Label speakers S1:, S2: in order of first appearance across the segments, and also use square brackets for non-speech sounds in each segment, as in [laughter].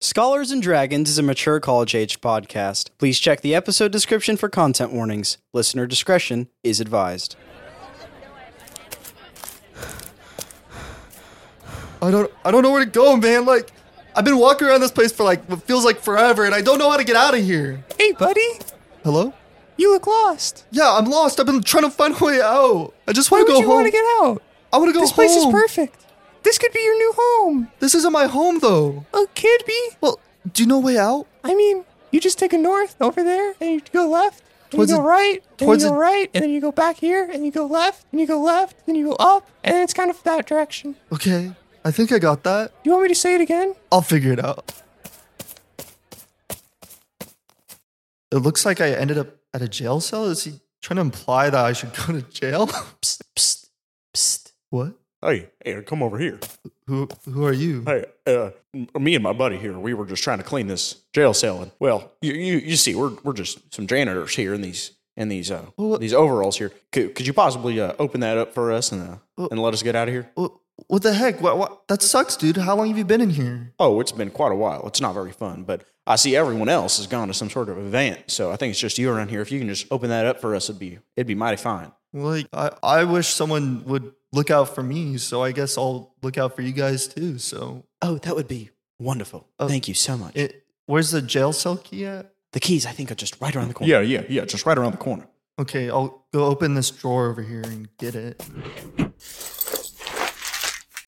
S1: Scholars and Dragons is a mature college age podcast. Please check the episode description for content warnings. Listener discretion is advised.
S2: I don't I don't know where to go, man. Like I've been walking around this place for like what feels like forever and I don't know how to get out of here.
S3: Hey, buddy,
S2: Hello?
S3: you look lost.
S2: Yeah, I'm lost. I've been trying to find a way out. I just
S3: Why
S2: want to
S3: would
S2: go
S3: you
S2: home.
S3: want to get out?
S2: I want to go
S3: This
S2: home.
S3: place is perfect. This could be your new home.
S2: This isn't my home though.
S3: It could be.
S2: Well, do you know a way out?
S3: I mean, you just take a north over there, and you go left, and
S2: Towards
S3: you
S2: the-
S3: go right, and
S2: towards
S3: you go
S2: the-
S3: right, and then you go back here, and you go left, and you go left, and you go up, and it's kind of that direction. Do
S2: Okay. I think I got that.
S3: you want me to say it again?
S2: I'll figure it out. It looks like I ended up at a jail cell. Is he trying to imply that I should go to jail? [laughs]
S3: Psst, psst, psst.
S2: what?
S4: Hey, hey, come over here.
S2: Who who are you?
S4: Hey, uh, m- me and my buddy here, we were just trying to clean this jail cell, and well, you you, you see, we're we're just some janitors here in these in these uh
S2: Well-
S4: these overalls here. Could, could you possibly uh, open that up for us and uh,
S2: Well-
S4: and let us get out of here?
S2: What, what the heck? What, what? That sucks, dude. How long have you been in here?
S4: Oh, it's been quite a while. It's not very fun, but I see everyone else has gone to some sort of event, so I think it's just you around here. If you can just open that up for us, it'd be it'd be mighty fine.
S2: Like, I, I wish someone would look out for me, so I guess I'll look out for you guys too. So,
S4: Oh, that would be wonderful. Thank you so much.
S2: it, where's the jail cell key at?
S4: the keys, I think, are just right around the corner. Yeah, yeah, yeah, just right around the corner.
S2: Okay, I'll go open this drawer over here and get it.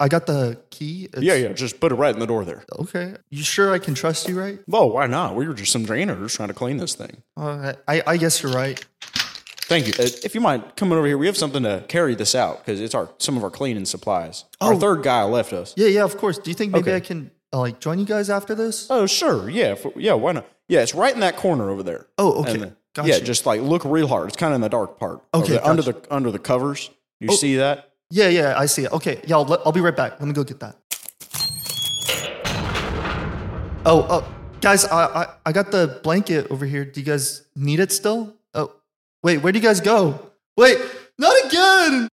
S2: I got the key. It's-
S4: yeah, yeah, just put it right in the door there.
S2: Okay. You sure I can trust you, right?
S4: Oh, why not? We were just some janitors trying to clean this thing.
S2: Uh, I, I guess you're right.
S4: Thank you. Uh, if you mind coming over here, we have something to carry this out because it's our some of our cleaning supplies. Our
S2: Oh.
S4: third guy left us.
S2: Yeah, yeah, of course. Do you think maybe
S4: Okay.
S2: I can uh, like join you guys after this?
S4: Oh, sure. Yeah, for, yeah. Why not? Yeah, it's right in that corner over there.
S2: Oh, okay.
S4: And the-
S2: Gotcha.
S4: Yeah, just like look real hard. It's kind of in the dark part. over
S2: Okay,
S4: there, under the under the covers. You see that?
S2: Yeah, yeah, I see it. Okay, yeah, I'll, let- I'll be right back. Let me go get that. Oh, oh, guys, I, I I got the blanket over here. Do you guys need it still? Oh, wait, where do you guys go? Wait, not again.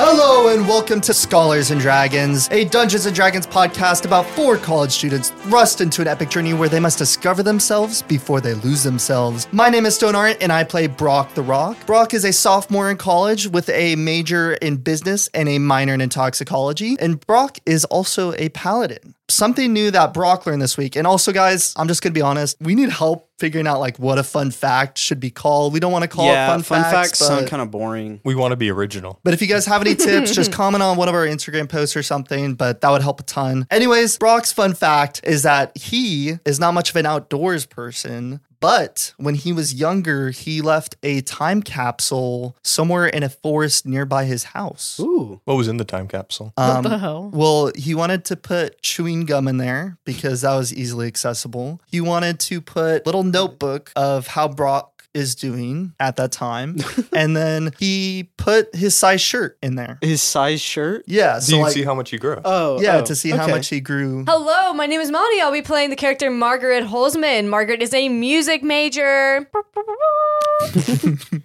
S2: Hello and welcome to Scholars and Dragons, a Dungeons and Dragons podcast about four college students thrust into an epic journey where they must discover themselves before they lose themselves. My name is Stone Art and I play Brock the Rock. Brock is a sophomore in college with a major in business and a minor in toxicology, and Brock is also a paladin. Something new that Brock learned this week. And also, guys, I'm just gonna be honest, we need help figuring out like what a fun fact should be called. We don't want to call it fun, facts. but-
S1: kind of boring.
S5: We want to be original.
S2: but if you guys have any tips, just comment on one of our Instagram posts or something, but that would help a ton. Anyways, Brock's fun fact is that he is not much of an outdoors person. But when he was younger, he left a time capsule somewhere in a forest nearby his house.
S1: Ooh.
S5: What was in the time capsule?
S2: Um,
S6: what the hell?
S2: well, he wanted to put chewing gum in there because that was easily accessible. He wanted to put little notebook of how Brock is doing at that
S1: [laughs]
S2: time. and then he put his size shirt in there.
S1: His size shirt?
S2: Yeah.
S5: Do
S2: So
S5: you
S2: like, uh,
S5: see how much you grow?
S1: Oh.
S2: yeah,
S1: oh,
S2: to see how
S1: okay.
S2: much he grew.
S6: Hello, my name is Monty. I'll be playing the character Margaret Holzman. Margaret is a music major.
S2: [laughs]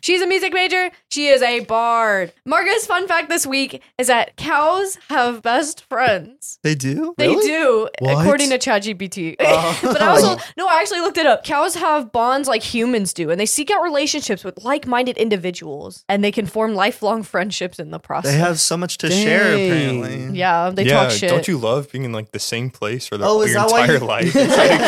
S6: She's a music major. She is a bard. Margaret's fun fact this week is that cows have best friends.
S2: They do?
S6: They do,
S2: What? Oh.
S6: according
S2: [laughs]
S6: to ChatGPT. [laughs] but I also no, I actually looked it up. Cows have bonds like humans do, and they seek out relationships with like-minded individuals, and they can form lifelong friendships in the process.
S2: They have so much to share,
S1: Dang.
S2: apparently.
S6: yeah, they
S5: yeah,
S6: talk shit.
S5: don't you love being in like the same place for the,
S2: Oh, is
S5: your
S2: that why
S5: entire
S2: you-
S5: life? Inside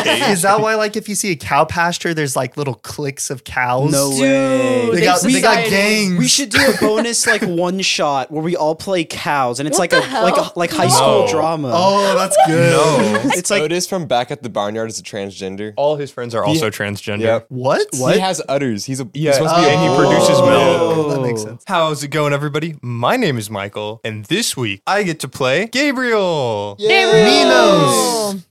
S2: [laughs]
S5: a cage?
S2: Is that why, like, if you see a cow pasture, there's like little cliques of cows?
S1: No
S6: Dude,
S1: way.
S2: They
S6: they
S2: got, they got
S6: society.
S2: gangs.
S1: We should do a bonus like one shot where we all play cows and it's like
S6: What
S1: a
S6: the hell?
S1: like a, like high
S6: No.
S1: school drama.
S2: oh, that's good.
S5: No.
S1: It's [laughs] like
S7: Otis from Back at the Barnyard is a transgender.
S5: All his friends are also transgender.
S7: Yep.
S2: What?
S7: He has utter
S5: letters. He's a
S7: Yeah.
S5: he's supposed to be. a- and he produces milk.
S2: Oh, That makes sense.
S5: How's it going, everybody? My name is Michael, and this week I get to play Gabriel.
S2: Minos.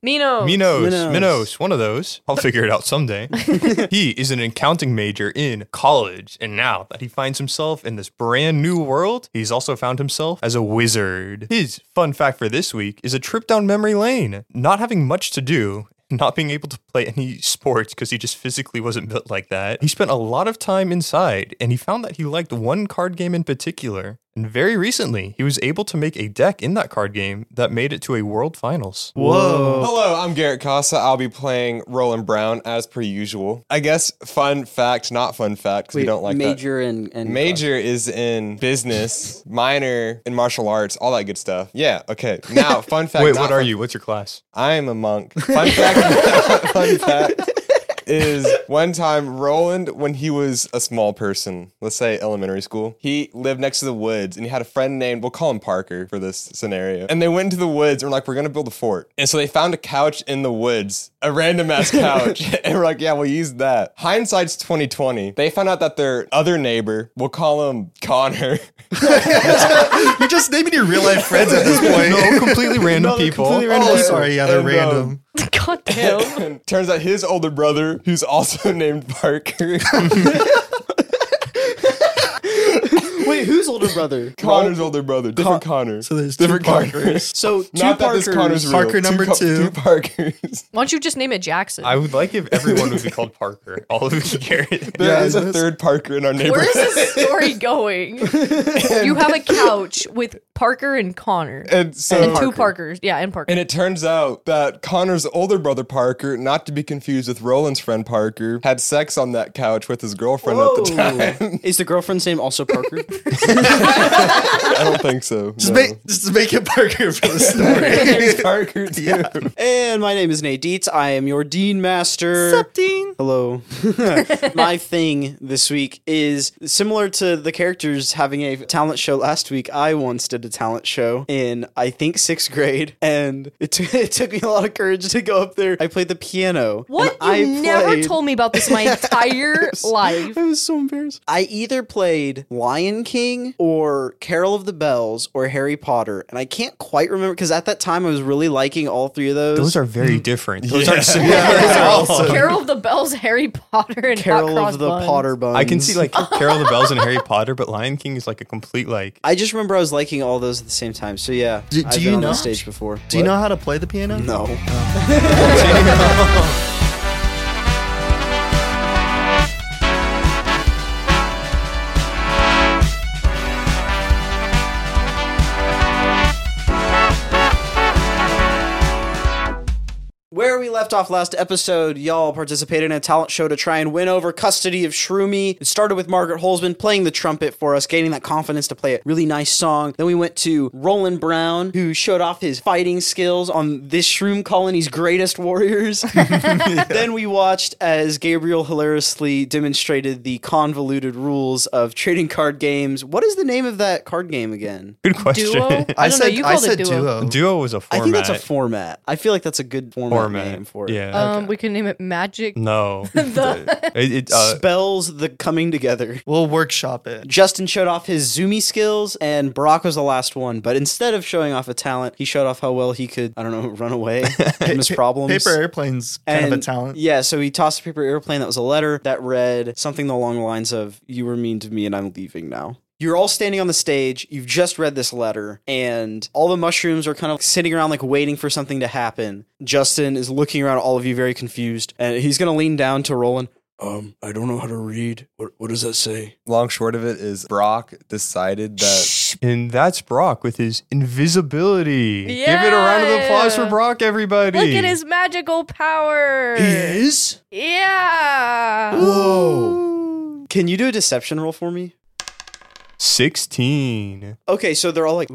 S5: Minos,
S6: Minos.
S1: Minos.
S5: Minos, one of those. I'll figure it
S2: [laughs]
S5: out someday. he is an accounting major in college, and now that he finds himself in this brand new world, he's also found himself as a wizard. His fun fact for this week is a trip down memory lane. Not having much to do, not being able to play any sports because he just physically wasn't built like that, he spent a lot of time inside, and he found that he liked one card game in particular. And very recently, he was able to make a deck in that card game that made it to a world finals.
S1: Oh.
S7: Hello, I'm Garrett Casa. I'll be playing Roland Brown as per usual. I guess fun fact, not fun fact, because we don't like that.
S1: major and and
S7: Major is in business, minor in martial arts, all that good stuff. Yeah, okay. Now, fun fact.
S5: Wait,
S7: not
S5: what are
S7: fun-
S5: you? What's your class?
S7: I am a monk. Fun fact. [laughs] fun fact is one time Roland, when he was a small person, let's say elementary school, he lived next to the woods and he had a friend named, we'll call him Parker for this scenario. And they went into the woods and were like, we're going to build a fort. And so they found a couch in the woods, a random ass couch. and we're like, yeah, we'll use that. Hindsight's 2020. They found out that their other neighbor, we'll call him Connor.
S2: You're just naming your real life friends at this point.
S5: [laughs]
S2: [laughs]
S5: no, completely random people.
S2: Completely random
S7: Oh,
S2: people. sorry, yeah, they're
S7: and, um,
S2: random.
S6: [laughs] God damn.
S7: And turns out his older brother, who's also [laughs] named Parker,
S1: Wait, who's older brother?
S7: Connor's older brother, different Connor.
S2: so there's two
S7: different Connors.
S1: So two
S7: [laughs] Not that
S1: Parkers.
S7: this Connor's real.
S2: Parker number
S7: Co-
S2: two.
S7: Two Parkers.
S6: Why don't you just name it Jackson?
S5: I would like if everyone would be
S2: [laughs]
S5: called Parker. All of you, Garrett.
S7: There
S2: Yeah,
S7: is a
S2: that's-
S7: third Parker in our
S6: Where is
S7: neighborhood.
S6: this story going? you have a couch with Parker and Connor. And,
S7: And so.
S6: two Parkers. Yeah, and Parker.
S7: And it turns out that Connor's older brother Parker, not to be confused with Roland's friend Parker, had sex on that couch with his girlfriend at the time.
S1: Whoa. Oh. Is the girlfriend's name also Parker?
S7: I don't think so.
S2: Just,
S7: no. [laughs]
S2: make, just make it Parker for
S5: [laughs]
S2: the story.
S7: It's Parker too.
S1: and my name is Nate Dietz. I am your Dean Master.
S5: [laughs]
S1: Hello. My thing this week is similar to the characters having a talent show last week. I once did a talent show in, I think, sixth grade, and it, took [laughs] it took me a lot of courage to go up there. I played the piano.
S6: what?
S1: and
S6: You
S1: I
S6: never
S1: played-
S6: told me about this my entire life.
S1: I was so embarrassed. I either played Lion King or Carol of the Bells or Harry Potter, and I can't quite remember because at that time I was really liking all three of those.
S5: Those are very
S7: Mm. [laughs]
S5: different. Those aren't similar. [laughs]
S6: Carol of the Bells, Harry Potter, and
S1: Carol
S6: Hot Cross
S1: of the
S6: Buns.
S1: Potter Buns.
S5: I can see like
S7: [laughs]
S5: Carol the Bells and Harry Potter, but Lion King is like a complete like.
S1: I just remember I was liking all those at the same time. So yeah,
S2: Do- do
S1: I've been
S2: you
S1: on
S2: know-
S1: that stage before.
S2: Do you know how to play the piano?
S1: No. Where we left off last episode, y'all participated in a talent show to try and win over custody of Shroomy. It started with Margaret Holzman playing the trumpet for us, gaining that confidence to play a really nice song. Then we went to Roland Brown, who showed off his fighting skills on this Shroom colony's greatest
S2: [laughs]
S1: warriors. [laughs] Then we watched as Gabriel hilariously demonstrated the convoluted rules of trading card games. What is the name of that card game again?
S5: Good question.
S6: Duo? I,
S2: I,
S6: don't
S2: said
S6: know. You
S2: I
S6: called
S2: said
S6: it duo.
S2: duo.
S5: Duo was a format.
S1: I think that's a format. I feel like that's a good format, name
S5: format.
S1: for it. Oh.
S5: Yeah.
S6: Um, We can name it Magic.
S1: [laughs]
S5: no. it, it, uh,
S1: Spells the coming together. [laughs]
S2: We'll workshop it.
S1: Justin showed off his zoomy skills, and Brock was the last one. But instead of showing off a talent, he showed off how well he could, I don't know, run away from his problems.
S2: Paper airplanes kind of a
S1: And,
S2: talent.
S1: Yeah, so he tossed a paper airplane that was a letter that read something along the lines of, You were mean to me and I'm leaving now. You're all standing on the stage, you've just read this letter, and all the mushrooms are kind of sitting around like waiting for something to happen. Justin is looking around at all of you very confused, and he's gonna lean down to Roland. Um, I don't know how to read. What what does that say?
S7: Long short of it is Brock decided that
S5: and that's Brock with his invisibility. Give it a round of
S6: Yeah.
S5: applause for Brock, everybody.
S6: Look at his magical power.
S1: Is?
S6: Yeah.
S1: Whoa. Can you do a deception roll for me?
S5: 16.
S1: Okay, so they're all like,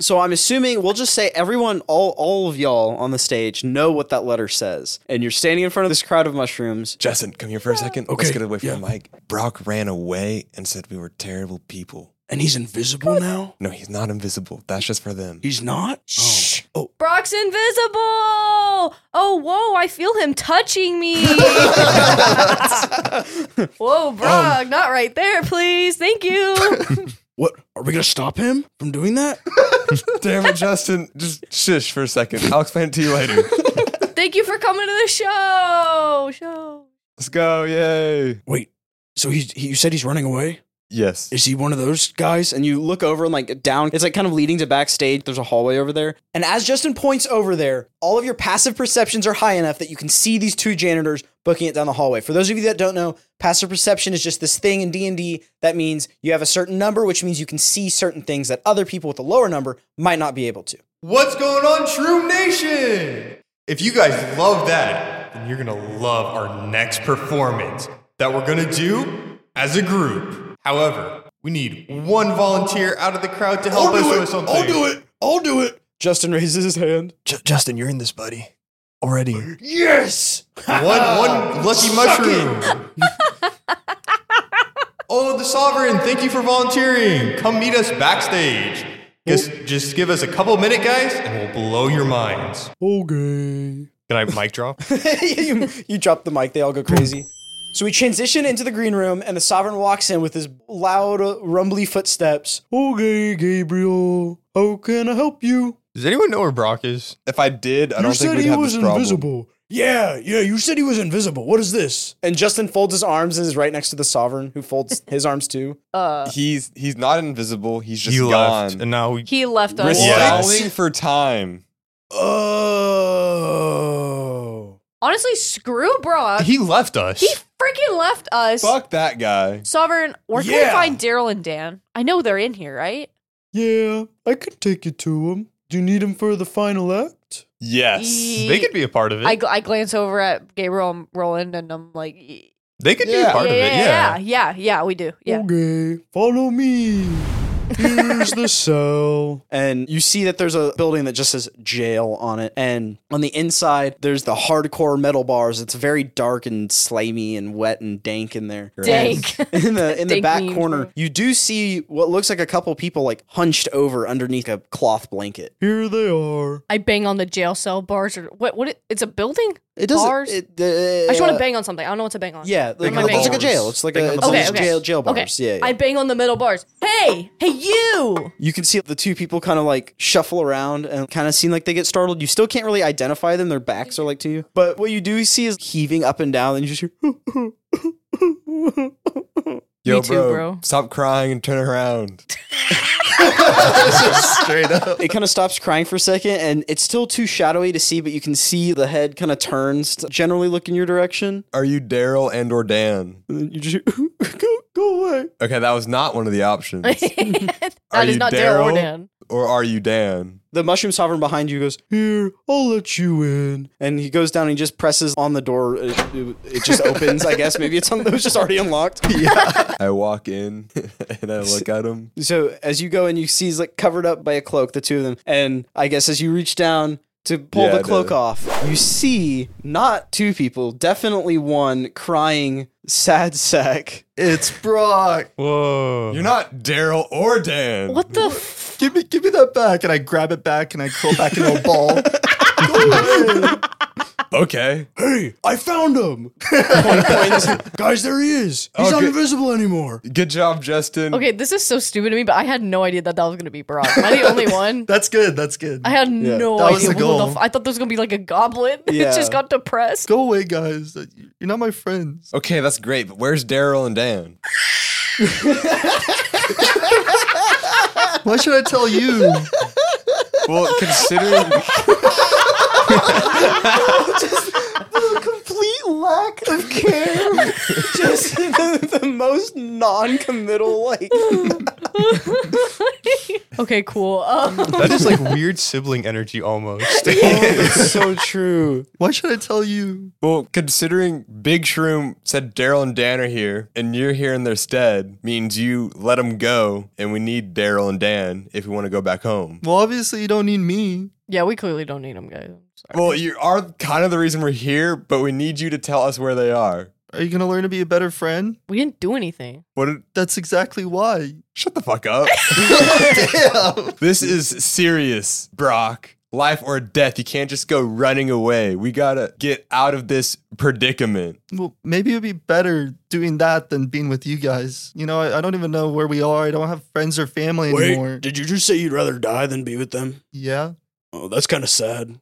S1: So I'm assuming we'll just say everyone, all all of y'all on the stage know what that letter says, and you're standing in front of this crowd of mushrooms.
S7: Justin, come here for a second. Okay. Let's get away from the mic. Brock ran away and said we were terrible people.
S1: And he's invisible now.
S7: No, he's not invisible. That's just for them.
S1: He's not.
S6: Shh.
S5: Oh.
S6: Brock's invisible. Oh, whoa! I feel him
S5: [laughs]
S6: touching me. [laughs]
S5: Um,
S6: whoa, Brock! not right there, please.
S5: [laughs]
S6: Thank you.
S4: What? Are we going to stop him from doing that?
S7: [laughs] Damn it, Justin. Just shush for a second. I'll explain it to you [laughs] later.
S6: Thank you for coming to the show. Show.
S7: Let's go. Yay.
S4: Wait. So he, he, you said he's running away?
S7: Yes.
S4: Is he one of those guys?
S1: And you look over and like down, it's like kind of leading to backstage. There's a hallway over there. And as Justin points over there, all of your passive perceptions are high enough that you can see these two janitors booking it down the hallway. For those of you that don't know, passive perception is just this thing in D&D that means you have a certain number, which means you can see certain things that other people with a lower number might not be able to.
S5: What's going on, Shroom Nation? If you guys love that, then you're gonna love our next performance that we're gonna do as a group. However, we need one volunteer out of the crowd to help us do something. I'll do it.
S4: I'll do it. Justin raises his hand.
S5: Justin, you're in this, buddy. Already. One,
S4: Yes!
S5: [laughs] one lucky mushroom. [laughs] oh, the sovereign! Thank you for volunteering. Come meet us backstage. Just, just give us a couple minute, guys, and we'll blow your minds.
S4: Okay.
S5: Can I mic drop?
S1: you, you drop the mic, they all go crazy. So we transition into the green room, and the sovereign walks in with his loud, rumbly footsteps.
S4: Okay, Gabriel. How can I help you?
S5: [laughs] Does anyone know where Brock is?
S7: If I did, I
S4: You
S7: don't think
S4: said
S7: we'd
S4: he
S7: have
S4: was
S7: this problem.
S4: invisible. Yeah, yeah, you said he was invisible. What is this?
S1: And Justin folds his arms and is right next to the sovereign, who folds his arms too.
S7: Uh, He's he's not invisible. He's just
S5: you
S7: gone.
S5: left, and now we,
S6: He left
S7: We're
S6: us.
S5: Yeah.
S7: stalling for time.
S4: Oh.
S6: Honestly, screw Brock. He,
S5: he left us.
S6: freaking left us.
S7: Fuck that guy.
S6: Sovereign, where can
S4: Yeah.
S6: we find Daryl and Dan? I know they're in here, right?
S4: Yeah, I could take you to him. Do you need him for the final act?
S7: Yes.
S6: Ye-
S5: they could be a part of it.
S6: I, gl- I glance over at Gabriel and Roland, and I'm like, y-
S5: they could be
S7: Yeah.
S5: a part
S6: yeah,
S5: of it.
S6: yeah, yeah, yeah, yeah, we do. Yeah.
S4: Okay, follow me. Here's [laughs] the cell.
S1: And you see that there's a building that just says jail on it. And on the inside, there's the hardcore metal bars. It's very dark and slimy and wet and dank in there.
S6: Dank. [laughs]
S1: And [laughs] in the in the
S6: Dank
S1: back
S6: means-
S1: corner, you do see what looks like a couple people like hunched over underneath a cloth blanket.
S4: Here they are.
S6: I bang on the jail cell bars or what? What? It, it's a building?
S1: It doesn't.
S6: Bars?
S1: It, uh,
S6: I just want to bang on something. I don't know what to bang on.
S1: Yeah, like,
S6: am I
S1: it's like a
S6: banging?
S1: jail. It's like
S5: Banging
S1: a
S5: on
S1: it's like
S5: the
S6: Okay, okay.
S1: jail jail
S6: Okay.
S1: bars. Yeah, yeah.
S6: I bang on the middle bars. Hey, hey, you!
S1: You can see the two people kind of like shuffle around and kind of seem like they get startled. You still can't really identify them. Their backs are like to you. But what you do see is heaving up and down, and you just hear.
S7: Yo,
S6: too, bro.
S7: Stop crying and turn around.
S2: Straight
S1: [laughs]
S2: up.
S1: it kind of stops crying for a second, and it's still too shadowy to see, but you can see the head kind of turns to generally look in your direction.
S7: Are you Daryl and or Dan?
S1: And then you just hear, [laughs] go, go away.
S7: Okay, that was not one of
S6: [laughs]
S7: the options.
S6: that
S7: Are
S6: is
S7: you
S6: not Daryl or
S7: Daryl?
S6: Dan.
S7: or are you Dan?
S1: The mushroom sovereign behind you goes,
S4: Here, I'll let you in.
S1: and he goes down and he just presses on the door. It, it, it just opens, I guess. Maybe it's on, [laughs] it was just already unlocked.
S7: I walk in [laughs] and I look at him.
S4: [laughs]
S1: So as you go in, you see he's like covered up by a cloak, the two of them. And I guess as you reach down to pull
S7: Yeah, I
S1: the cloak
S7: did.
S1: off, you see not two people, definitely one crying, sad sack. [laughs]
S2: It's Brock.
S5: Whoa.
S7: You're not Daryl or Dan.
S6: What the? F-
S2: Give me, give me that back. And I grab it back and I curl back into a ball.
S7: Okay.
S4: Hey, I found
S7: [laughs]
S4: him. [laughs] Guys, there he is. He's not
S7: Okay.
S4: invisible anymore.
S7: Oh, Good job, Justin.
S6: okay, this is so stupid to me, but I had no idea that that was gonna be Brock. Am I the only one?
S2: That's good. That's good.
S6: I had no
S2: that
S6: idea.
S2: was the
S6: what
S2: goal.
S6: f- I thought there was gonna be like a goblin. [laughs] it just got depressed.
S2: Go away, guys. You're not my friends.
S7: Okay, that's great, but where's Daryl and Dan?
S2: Why should I tell you?
S7: Well, considering
S1: Complete lack of care. Just the, the most non-committal like
S6: Okay, cool.
S5: [laughs]
S6: Um, [laughs]
S5: That is like
S7: [laughs]
S5: weird sibling energy [laughs] almost.
S1: so true.
S2: Why should I tell you?
S7: well, considering Big Shroom said Daryl and Dan are here, and you're here in their stead, means you let them go, and we need Daryl and Dan if we want to go back home.
S2: Well, obviously you don't need me.
S6: yeah, we clearly don't need him, guys. I'm sorry.
S7: Well, you are kind of the reason we're here, but we need you to tell us where they are.
S2: Are you gonna learn to be a better friend?
S6: We didn't do anything.
S7: What? Did,
S2: That's exactly why.
S7: shut the fuck up.
S2: [laughs] Damn.
S7: this is serious, Brock. life or death. You can't just go running away. We gotta get out of this predicament.
S2: Well, maybe it'd be better doing that than being with you guys. You know, I, I don't even know where we are. I don't have friends or family anymore.
S4: did you just say you'd rather die than be with them?
S2: yeah.
S4: Oh, that's kind of sad.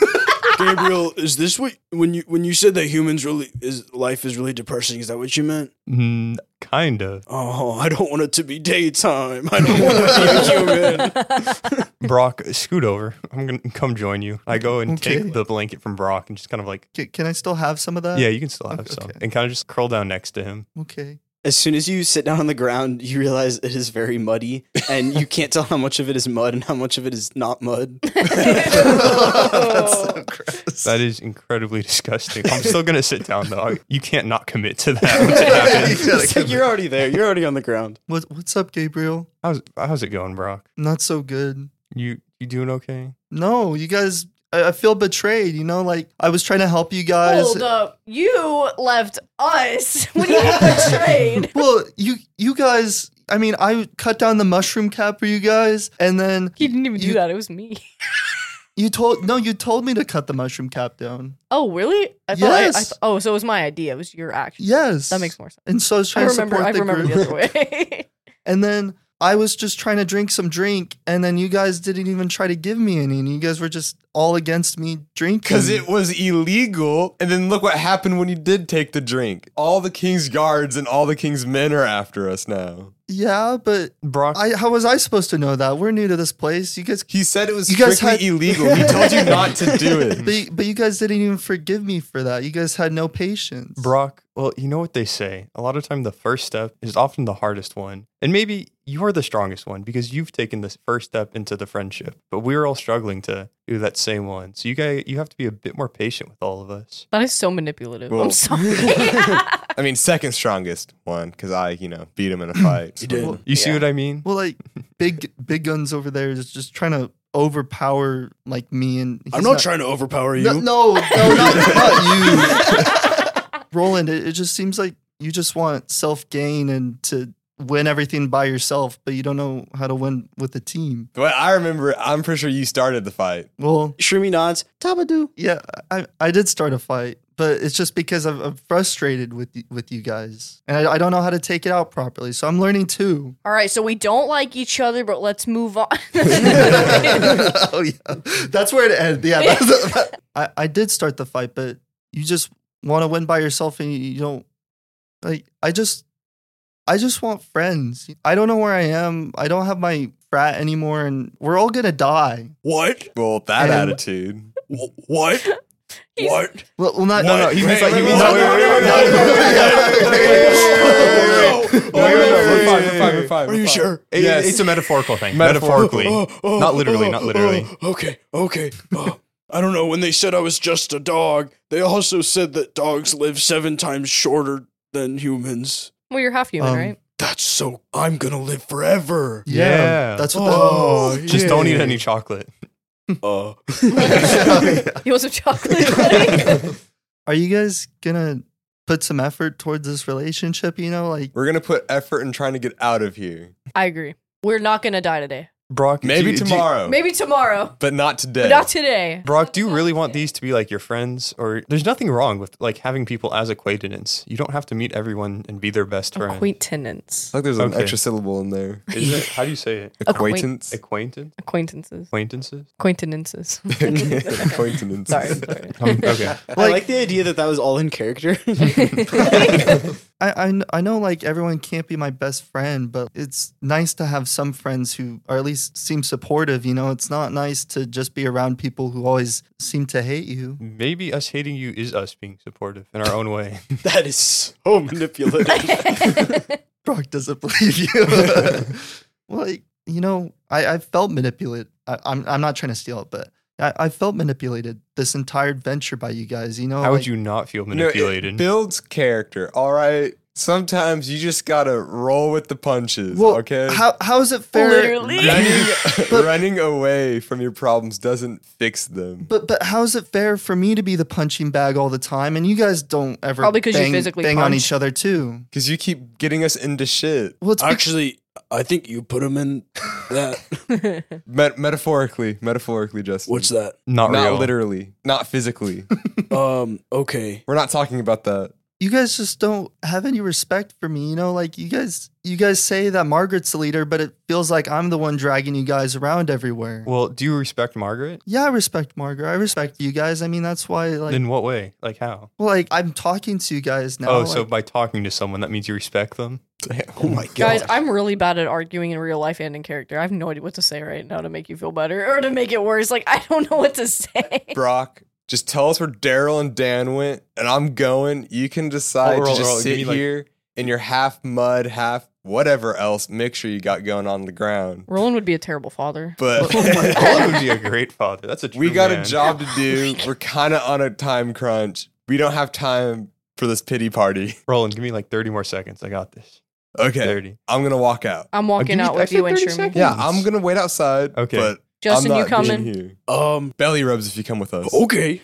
S4: [laughs] Gabriel, is this what when you when you said that humans really is life is really depressing? Is that what you meant?
S5: Mm, kind of.
S4: Oh, I don't want it to be daytime. I don't want to be a human.
S5: Brock, scoot over. I'm going to come join you. I go and
S2: Okay.
S5: take the blanket from Brock and just kind of like,
S2: Ca- can I still have some of that?
S5: yeah, you can still have
S2: okay,
S5: some.
S2: okay.
S5: And kind of just curl down next to him.
S2: Okay.
S1: [laughs] As soon as you sit down on the ground, you realize it is very muddy, and you can't tell how much of it is mud and how much of it is not mud.
S2: That's so gross.
S5: That is incredibly disgusting. I'm still going to sit down, though. I- You can't not commit to that once
S1: [laughs]
S5: it happens.
S1: [laughs] It's like you're already there. You're already on the ground.
S2: What, what's up, Gabriel?
S5: How's, how's it going, Brock?
S2: Not so good.
S5: You you doing okay?
S2: No, you guys, I, I feel betrayed. You know, like I was trying to help you guys.
S6: Hold up. You left us [laughs] when you were
S2: [laughs]
S6: betrayed.
S2: Well, you you guys, I mean, I cut down the mushroom cap for you guys, and then
S6: He didn't even
S2: You-
S6: do that. It was me.
S2: you told no, you told me to cut the mushroom cap down.
S6: Oh, really? I thought I- I,
S2: Yes.
S6: th- oh, so it was my idea. It was your action.
S2: Yes,
S6: That makes more sense.
S2: And so I was
S6: I
S2: trying
S6: remember.
S2: to
S6: I
S2: support the
S6: remember
S2: group,
S6: the other
S2: [laughs]
S6: way. [laughs]
S2: and then I was just trying to drink some drink, and then you guys didn't even try to give me any, and you guys were just all against me drinking.
S7: [laughs] Because it was illegal. And then look what happened when you did take the drink. All the king's guards and all the king's men are after us now.
S2: yeah, but
S5: Brock,
S2: I how was I supposed to know that? We're new to this place. You
S4: [laughs]
S2: guys,
S7: He said it was
S2: You guys
S7: strictly
S2: had-
S7: illegal. He told you not to do
S2: [laughs]
S7: it.
S2: but, but you guys didn't even forgive me for that. You guys had no patience,
S5: Brock, well, you know what they say. A lot of time, the first step is often the hardest one. And maybe you're the strongest one because you've taken this first step into the friendship. But we're all struggling to do that same one. So you guys, you have to be a bit more patient with all of us.
S6: that is so manipulative.
S7: Well-
S6: I'm sorry.
S7: I mean, second strongest one, because I, you know, beat him in a fight.
S4: You did.
S2: Well,
S5: You see what I mean?
S2: Well, like big big guns over there is just trying to overpower like me and he's
S4: I'm not, trying to overpower you.
S2: No, no, no, not,
S4: [laughs]
S2: not you, Roland. It, it just seems like you just want self gain and to win everything by yourself, but you don't know how to win with a team.
S7: But I remember, I'm pretty sure you started the fight.
S2: Well,
S1: Shroomy nods. Tabadoo.
S2: yeah, I I did start a fight. But it's just because I'm, I'm frustrated with y- with you guys, and I, I don't know how to take it out properly. So I'm learning too. [laughs]
S6: All right, so we don't like each other, but let's move on. [laughs]
S2: oh yeah, that's where it ends. Yeah, that's- that- [laughs] I I did start the fight, but you just want to win by yourself, and you, you don't like. I just, I just want friends. I don't know where I am. I don't have my frat anymore, and we're all gonna die.
S4: What?
S7: Well, that
S2: And-
S7: attitude.
S4: Wh- What?
S6: [laughs] He's-
S4: what?
S2: Well, well not
S5: Uh, No,
S2: [laughs]
S5: no, he means like he means
S7: wait, wait,
S5: like.
S4: Oh, Are you sure?
S5: It-
S7: Yes.
S5: It's a metaphorical thing.
S7: Metaphorically.
S5: Metaphorically,
S1: [laughs]
S4: Oh, oh,
S5: not literally,
S4: oh,
S5: not literally.
S4: oh, okay, okay. Oh, I don't know. When they said I was just a dog, they also said that dogs live seven times shorter than humans.
S6: well, you're half human,
S2: Um,
S6: right?
S4: That's so. I'm gonna live forever.
S2: Yeah,
S5: Yeah.
S2: that's what.
S4: Oh,
S5: Just don't eat
S4: yeah.
S5: any chocolate.
S4: Uh,
S6: You want some chocolate? buddy?
S2: Are you guys gonna put some effort towards this relationship? You know, like
S7: We're going to put effort in trying to get out of here.
S6: [laughs] I agree. We're not gonna die today.
S5: Brock, do
S7: Maybe
S5: you- do you-
S7: tomorrow.
S6: Maybe tomorrow,
S7: But not
S6: but
S7: today.
S6: not today.
S5: Brock, do you really want these to be like your friends? Or there's nothing wrong with like having people as acquaintance. You don't have to meet everyone and be their best friend.
S6: Acquaintance,
S7: like there's an
S5: Okay.
S7: extra syllable in
S6: [laughs]
S7: there.
S5: Is it? How do you say it?
S7: Acquaintance.
S5: Acquaintance?
S6: acquaintances,
S5: Acquaintances?
S7: [laughs]
S6: acquaintances.
S7: Acquaintance.
S6: sorry, sorry.
S5: Um, okay.
S1: I like the idea that that was all in character. [laughs]
S2: I, I kn- I know like everyone can't be my best friend, but it's nice to have some friends who or at least seem supportive. You know, it's not nice to just be around people who always seem to hate
S5: Mm.
S2: you.
S5: Maybe us hating you is us being supportive in our own
S7: [laughs]
S5: way.
S4: that is [laughs] so manipulative.
S2: Brock doesn't [laughs] believe you. like you know, I, I felt manipulated. I, I'm I'm not trying to steal it, but I, I felt manipulated this entire adventure by you guys. You know,
S5: How would
S2: like-
S5: you not feel
S7: No, it
S5: manipulated?
S7: builds character, all right? Sometimes you just gotta roll with the punches,
S2: Well,
S7: okay?
S2: how how is it fair?
S5: [laughs]
S6: Literally.
S7: running, running away from your problems doesn't fix them.
S2: But but how is it fair for me to be the punching bag all the time, and you guys don't ever
S6: Probably 'cause you
S2: bang-
S6: physically
S2: bang on
S6: punch.
S2: each other too?
S7: Because you keep getting us into shit.
S2: Well, it's bec-
S4: [laughs] Actually, I think you put him in that.
S7: Met- metaphorically, metaphorically, Justin.
S4: What's that?
S5: Not,
S7: not
S5: real.
S7: literally,
S5: [laughs]
S7: not physically.
S4: Um. Okay.
S7: We're not talking about that.
S2: You guys just don't have any respect for me, you know. Like you guys, you guys say that Margaret's the leader, but it feels like I'm the one dragging you guys around everywhere.
S5: Well, do you respect Margaret?
S2: yeah, I respect Margaret. I respect you guys. I mean, that's why, like,
S5: In what way? Like how?
S2: well, like I'm talking to you guys now.
S5: oh, so
S2: like-
S5: by talking to someone, that means you respect
S7: [laughs]
S5: them.
S4: Oh my
S6: Guys,
S4: god.
S6: I'm really bad at arguing in real life and in character. I have no idea what to say right now to make you feel better or to make it worse. Like I don't know what to say. [laughs]
S7: Brock, just tell us where Daryl and Dan went, and I'm going. You can decide
S5: Oh, roll,
S7: to just
S5: roll. Give
S7: sit
S5: me, like-
S7: here in your half mud, half whatever else mixture you got going on the ground.
S6: Roland would be a terrible father.
S5: [laughs]
S7: But [laughs]
S5: Roland would be a great father. That's a Oh true
S7: Oh we got
S5: man.
S7: a job to do. We're kind of on a time crunch. We don't have time for this pity party. [laughs]
S5: Roland, give me like 30 more seconds. I got this.
S7: Okay,
S5: 30.
S7: I'm gonna walk out.
S6: I'm
S5: give
S6: walking
S5: you-
S6: out
S5: I
S6: with
S5: said
S6: you and
S5: 30
S6: Sherman.
S5: seconds.
S7: Yeah, I'm gonna wait outside.
S5: Okay.
S7: but
S6: Justin,
S7: I'm
S6: you
S7: not being
S6: coming?
S7: Here.
S4: um.
S7: Belly rubs if you come with us.
S4: Okay.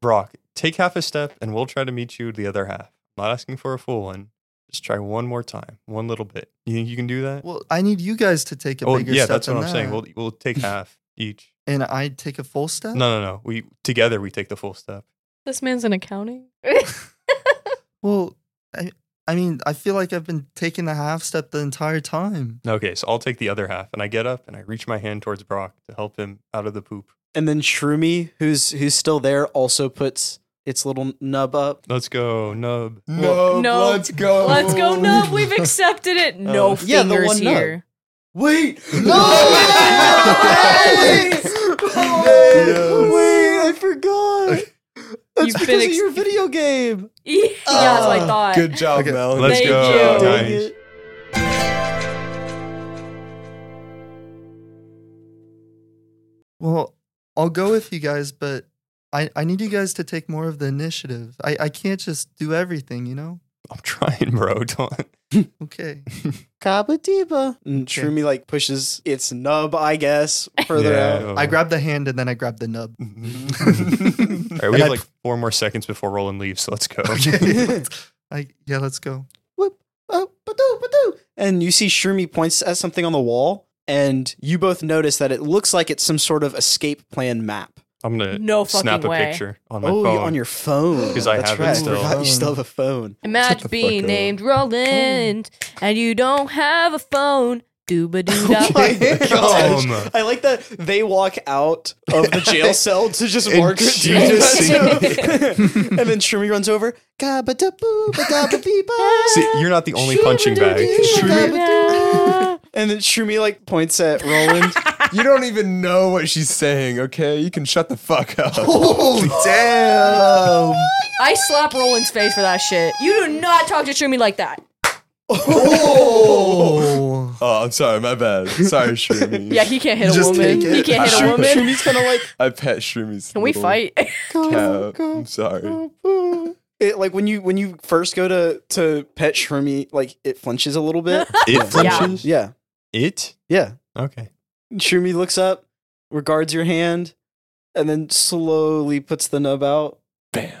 S5: Brock, take half a step and we'll try to meet you the other half. I'm not asking for a full one. Just try one more time, one little bit. You think you can do that?
S2: well, I need you guys to take a
S5: oh,
S2: bigger
S5: yeah,
S2: step.
S5: that's what
S2: than
S5: I'm saying.
S2: that.
S5: We'll, we'll
S1: [laughs]
S5: take half each.
S2: and I take a full step.
S5: No, no, no. We together we take the full step.
S6: this man's in [laughs] accounting.
S2: Well, I, I mean, I feel like I've been taking the half step the entire time.
S5: Okay, so I'll take the other half, and I get up and I reach my hand towards Brock to help him out of the poop.
S1: And then Shroomy, who's who's still there, also puts its little nub
S4: [laughs]
S1: up.
S5: Let's go, Nub.
S7: No,
S6: No.
S7: Oh, let's go.
S6: Let's go, Nub. We've accepted it. No fingers
S1: yeah, the one nub.
S6: here.
S4: Wait. [laughs]
S1: [laughs] Wait, I forgot. That's
S6: You've been
S1: because of [laughs]
S6: ex-
S1: your video game.
S6: [laughs] yeah, that's what I thought.
S7: Good job, Mel.
S5: Let's
S6: Oh, Thank
S5: go.
S6: you.
S5: Nice.
S2: Well, I'll go with you guys, but I, I need you guys to take more of the initiative. I, I can't just do everything, you know?
S5: I'm trying, bro. [laughs] Don't.
S2: Okay.
S1: Kabadiba. And Shroomy Mm, like pushes its nub, I guess, further out.
S5: Yeah,
S2: I grab the hand and then I grab the nub. [laughs]
S5: All right, we have like four more seconds before Roland leaves,
S1: [laughs]
S5: so let's go.
S2: I, yeah, let's go.
S1: whoop, oh, ba-doo, ba-doo. And you see Shroomy points at something on the wall, and you both notice that it looks like it's some sort of escape plan map.
S5: [laughs] I'm gonna
S6: No fucking
S5: snap a
S6: way.
S5: picture on my
S1: Oh,
S5: phone.
S1: you- on your phone.
S5: 'Cause I
S1: That's
S5: have it
S1: right.
S5: still.
S1: I forgot you still have a
S5: [laughs]
S1: phone.
S6: Imagine
S7: the
S6: being
S7: fuck up.
S6: named Roland and you don't have a phone. Dooba doo da.
S5: Come.
S1: I like that they walk out of the
S5: [laughs]
S1: jail cell to just Margaret.
S5: she
S1: Dugan.
S5: just
S1: [laughs] and then Shroomy runs over. "Gabadaboo, badababeba."
S5: See, you're not the only punching bag. [laughs]
S1: and then Shroomy like points at Roland.
S7: You don't even know what she's saying, okay? You can shut the fuck up. [laughs]
S2: Oh, damn.
S6: [laughs] I slap Roland's face for that shit. You do not talk to Shroomy like that.
S2: Oh.
S7: Oh, I'm sorry, my bad. Sorry, Shroomy.
S6: Yeah, he can't hit
S2: Just
S6: a woman.
S2: take it.
S6: He can't hit a
S7: Shroom-
S6: woman.
S1: Shroomy's kind of like
S7: I pet Shroomy's.
S6: Can we fight? [laughs]
S7: I'm sorry.
S1: it like when you when you first go to to pet Shroomy, like it flinches a little bit.
S5: It flinches.
S1: yeah,
S5: It.
S1: yeah.
S5: Okay.
S1: Shroomy looks up, regards your hand, and then slowly puts the nub out.
S7: Bam.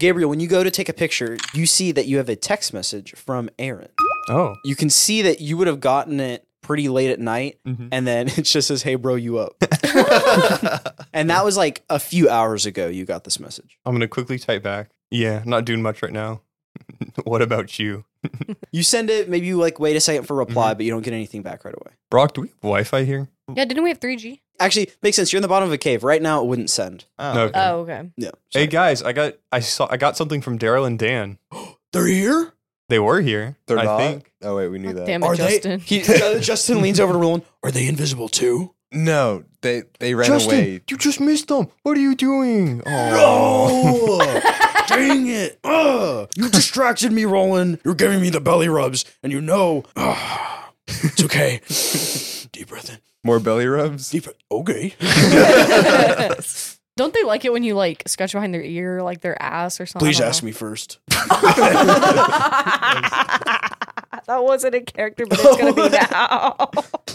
S1: Gabriel, when you go to take a picture, you see that you have a text message from Aaron.
S5: Oh.
S1: You can see that you would have gotten it pretty late at night,
S5: Mhm.
S1: and then [laughs] it just says, "Hey, bro, you
S4: [laughs]
S1: up?" and that was like a few hours ago. You got this message.
S5: I'm gonna quickly type back. Yeah, not doing much right now. [laughs] what about you,
S1: You send it. Maybe you like wait a second for reply, but you don't get anything back right away.
S5: Brock? Do we have Wi-Fi here?
S6: yeah, didn't we have 3G?
S1: Actually, makes sense. You're in the bottom of a cave right now. It wouldn't send.
S5: No. okay.
S6: Oh, okay.
S1: Yeah.
S5: hey guys, I got I saw I got something from Daryl and [gasps] Dan.
S1: they're here.
S5: They were here.
S7: They're
S5: I
S7: not.
S5: think.
S7: Oh wait, we knew that.
S6: Damn it, Justin.
S1: He, uh, Justin leans over to Roland. Are they invisible too?
S7: No, they they ran away.
S5: you just missed them. What are you doing?
S4: Oh, dang it. Ugh. You distracted me, Roland. You're giving me the belly rubs, and you know. Ah, it's okay. Deep breath in.
S7: More belly rubs.
S4: Deep breath. Okay.
S6: [laughs] Don't they like it when you like scratch behind their ear, like their ass or something?
S4: Please ask me first.
S6: That wasn't a character, but it's gonna be now.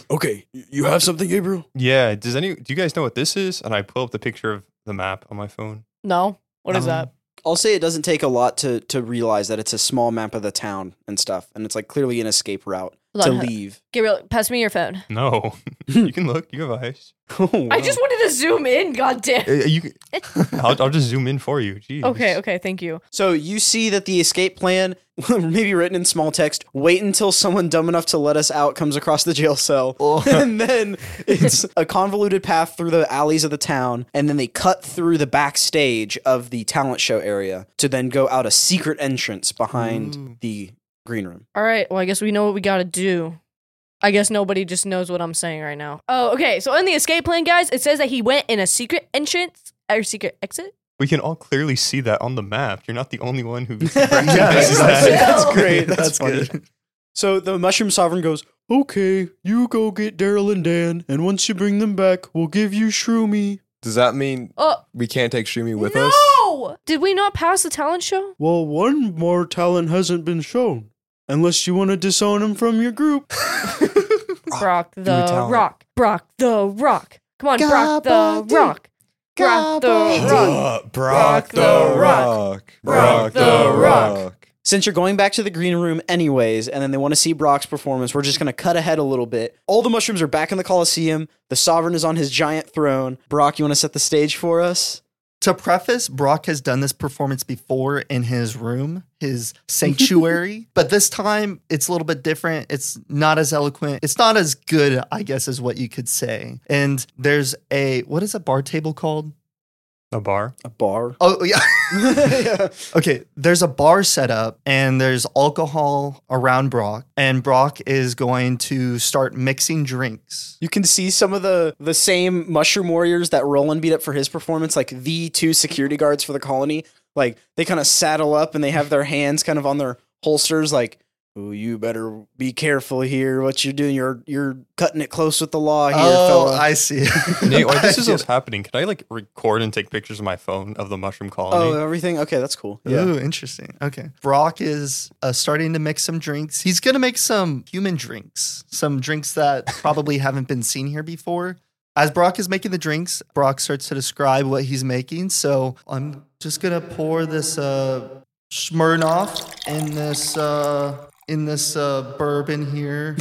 S4: Okay. y- You have something, Gabriel?
S5: Yeah. Does any do you guys know what this is? And I pull up the picture of the map on my phone.
S6: no. What is that?
S1: I'll say it doesn't take a lot to to realize that it's a small map of the town and stuff, and it's like clearly an escape route
S6: Hold
S1: to
S6: on, huh?
S1: leave.
S6: Gabriel, pass me your phone.
S5: No, [laughs] you can look. You have eyes.
S6: I just wanted to zoom in. God damn.
S5: Uh, You, can-
S6: [laughs]
S5: I'll, I'll just zoom in for you. Jeez.
S6: Okay, okay, thank you.
S1: So you see that the escape plan, [laughs] maybe written in small text, wait until someone dumb enough to let us out comes across the jail
S2: [laughs]
S1: cell.
S2: Oh.
S1: [laughs] And then it's a convoluted path through the alleys of the town. And then they cut through the backstage of the talent show area to then go out a secret entrance behind
S2: Mm. [laughs]
S1: the [laughs] green room.
S6: All right. Well, I guess we know what we got to do. I guess nobody just knows what I'm saying right now. Oh, okay. So in the escape plan, guys, it says that he went in a secret entrance or secret exit.
S5: We can all clearly see that on the map. You're not the only one who. [laughs]
S2: Yes,
S5: recognizes
S2: that's,
S5: that.
S2: that's great.
S1: That's
S2: That's,
S1: funny.
S2: good.
S1: So the mushroom sovereign goes,
S4: Okay, you go get Daryl and Dan, and once you bring them back, we'll give you [laughs] Shroomy.
S7: Does that mean
S6: Oh
S7: we can't take Shroomy with
S6: no!
S7: us?
S6: Did we not pass the talent show?
S4: Well, one more talent hasn't been shown. Unless you want to disown him from your group.
S6: Brock the
S5: talent.
S6: Rock. Brock the Rock. Come on, Brock the Rock. Brock the Rock.
S2: [laughs]
S7: Brock, Brock
S6: the
S7: Rock.
S6: Brock the Rock.
S1: Since you're going back to the green room anyways, and then they want to see Brock's performance, we're just going to cut ahead a little bit. All the mushrooms are back in the Coliseum. The Sovereign is on his giant throne. Brock, you want to set the stage for us?
S2: To preface, Brock has done this performance before in his room, his sanctuary, but this time it's a little bit different. It's not as eloquent. It's not as good, I guess, is what you could say. And there's a, what is a bar table called?
S5: A bar.
S1: A bar.
S2: Oh,
S5: [laughs]
S2: yeah. Okay, there's a bar set up and there's alcohol around Brock, and Brock is going to start mixing drinks.
S1: You can see some of the the same mushroom warriors that Roland beat up for his performance, like the two security guards for the colony. Like they kind of saddle up and they have their hands kind of on their holsters, like, "Oh, you better be careful here. What you're doing, you're you're cutting it close with the law here,
S2: oh,
S1: fella."
S2: I see. [laughs]
S5: Nate, while this
S2: I
S5: is
S2: get
S5: what's happening, can I like record and take pictures of my phone of the mushroom colony?
S1: oh, everything. Okay, that's cool.
S2: it. Ooh, interesting. Okay. Brock is uh, starting to mix some drinks. He's going to make some human drinks, some drinks [laughs] that probably haven't been seen here before. As Brock is making the drinks, Brock starts to describe what he's making. So I'm just going to pour this uh, Smirnoff in this. Uh, in this uh, bourbon [laughs] here,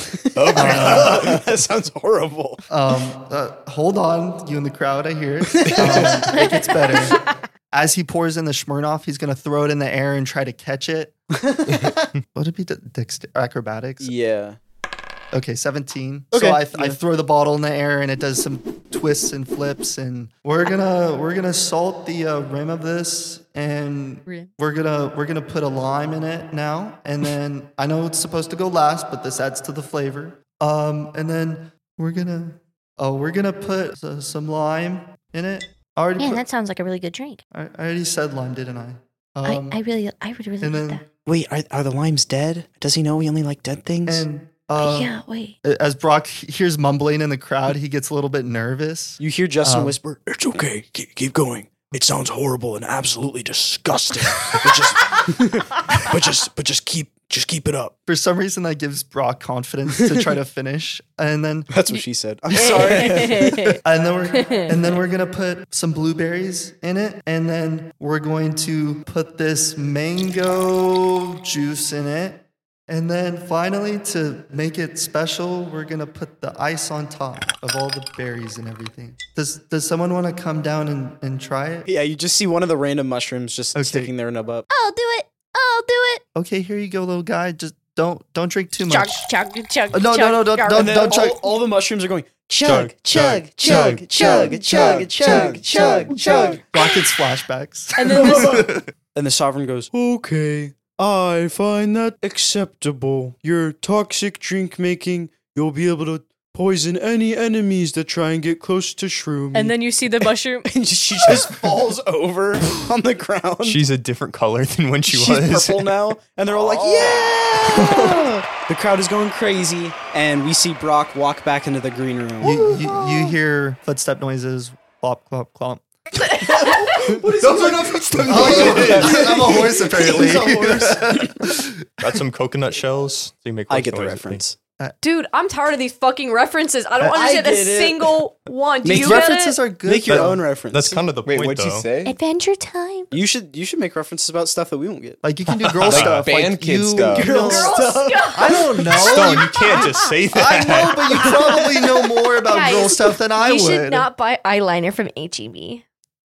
S1: that sounds horrible.
S2: Um, uh, hold on, you in the crowd, I hear it. Um, it gets better. As he pours in the Smirnoff, he's going to throw it in the air and try to catch it. what would be de- dext- acrobatics?
S1: Yeah.
S2: Okay, 17.
S1: Okay,
S2: So I, th- I
S1: yeah.
S2: throw the bottle in the air and it does some twists and flips and we're going to we're going to salt the uh, rim of this and
S6: Rim.
S2: we're going to we're going to put a lime in it now and then I know it's supposed to go last but this adds to the flavor. Um and then we're going to oh, we're going to put uh, some lime in it. I already put,
S8: sounds like a really good drink.
S2: I I already said lime, didn't I? Um,
S8: I, I really, I would really
S2: and
S8: like
S2: then
S8: that.
S1: Wait, are, are the limes dead? Does he know we only like dead things?
S2: and uh,
S8: yeah, wait.
S2: As Brock hears mumbling in the crowd, he gets a little bit nervous.
S1: you hear Justin
S2: Um,
S1: whisper,
S4: It's okay. Keep, keep going. It sounds horrible and absolutely disgusting. but just,
S1: [laughs]
S4: but just, but just keep, just keep it up.
S2: For some reason, that gives Brock confidence to
S8: [laughs]
S2: try to finish, and then
S1: That's what she said. I'm sorry.
S2: and then we're and then we're gonna put some blueberries in it, and then we're going to put this mango juice in it, and then finally to make it special, we're gonna put the ice on top of all the berries and everything. Does does someone want to come down and, and try it?
S1: yeah, you just see one of the random mushrooms just
S2: Okay.
S1: sticking their nub up.
S8: I'll do it. I'll do it.
S2: Okay, here you go, little guy. Just don't don't drink too much.
S6: Chug, chug, chug.
S2: Uh, no, no, no, don't-
S6: chug.
S2: don't-
S1: And then
S2: don't
S1: all,
S2: chug.
S1: all the mushrooms are going
S5: Chug,
S1: chug, chug, chug, chug, chug, chug, chug, chug. [laughs]
S2: Rockets flashbacks.
S6: And then this,
S1: And the sovereign goes,
S4: Okay, I find that acceptable. Your toxic drink making, you'll be able to poison any enemies that try and get close to Shroomy.
S6: and then you see the mushroom.
S1: and [laughs]
S4: [laughs]
S1: she just falls over on the ground.
S5: She's a different color than when she
S1: She's
S5: was.
S1: purple now, and they're all like, "Yeah!" the crowd is going crazy, and we see Brock walk back into the green room.
S2: you, you, you hear footstep noises, clomp, clomp, clomp.
S7: [laughs]
S2: I'm a horse, apparently.
S5: [laughs] Got some coconut shells. So you make
S1: I
S5: horse
S1: get the
S5: noises.
S1: reference.
S6: Dude, I'm tired of these fucking references. I don't
S1: I
S6: understand a
S1: get it.
S6: single one. Do
S1: Make
S6: you get
S2: References
S6: it?
S2: are good.
S1: Make your
S2: though.
S1: own reference.
S5: That's kind of the
S7: Wait,
S5: point,
S7: what'd
S5: though.
S7: you say?
S8: Adventure time.
S1: you should you should make references about stuff that we won't get.
S2: Like you can do girl
S7: [laughs] Like
S2: stuff,
S7: band
S2: like
S7: kid
S2: you,
S7: stuff.
S2: you
S1: Girl
S2: know-
S1: stuff.
S2: I
S1: [laughs]
S2: don't know.
S5: Stone, you can't just say
S2: I
S5: that.
S2: know, but you probably know more about
S6: Guys,
S2: girl stuff than I would.
S6: you should not buy
S8: Eyeliner from HEB.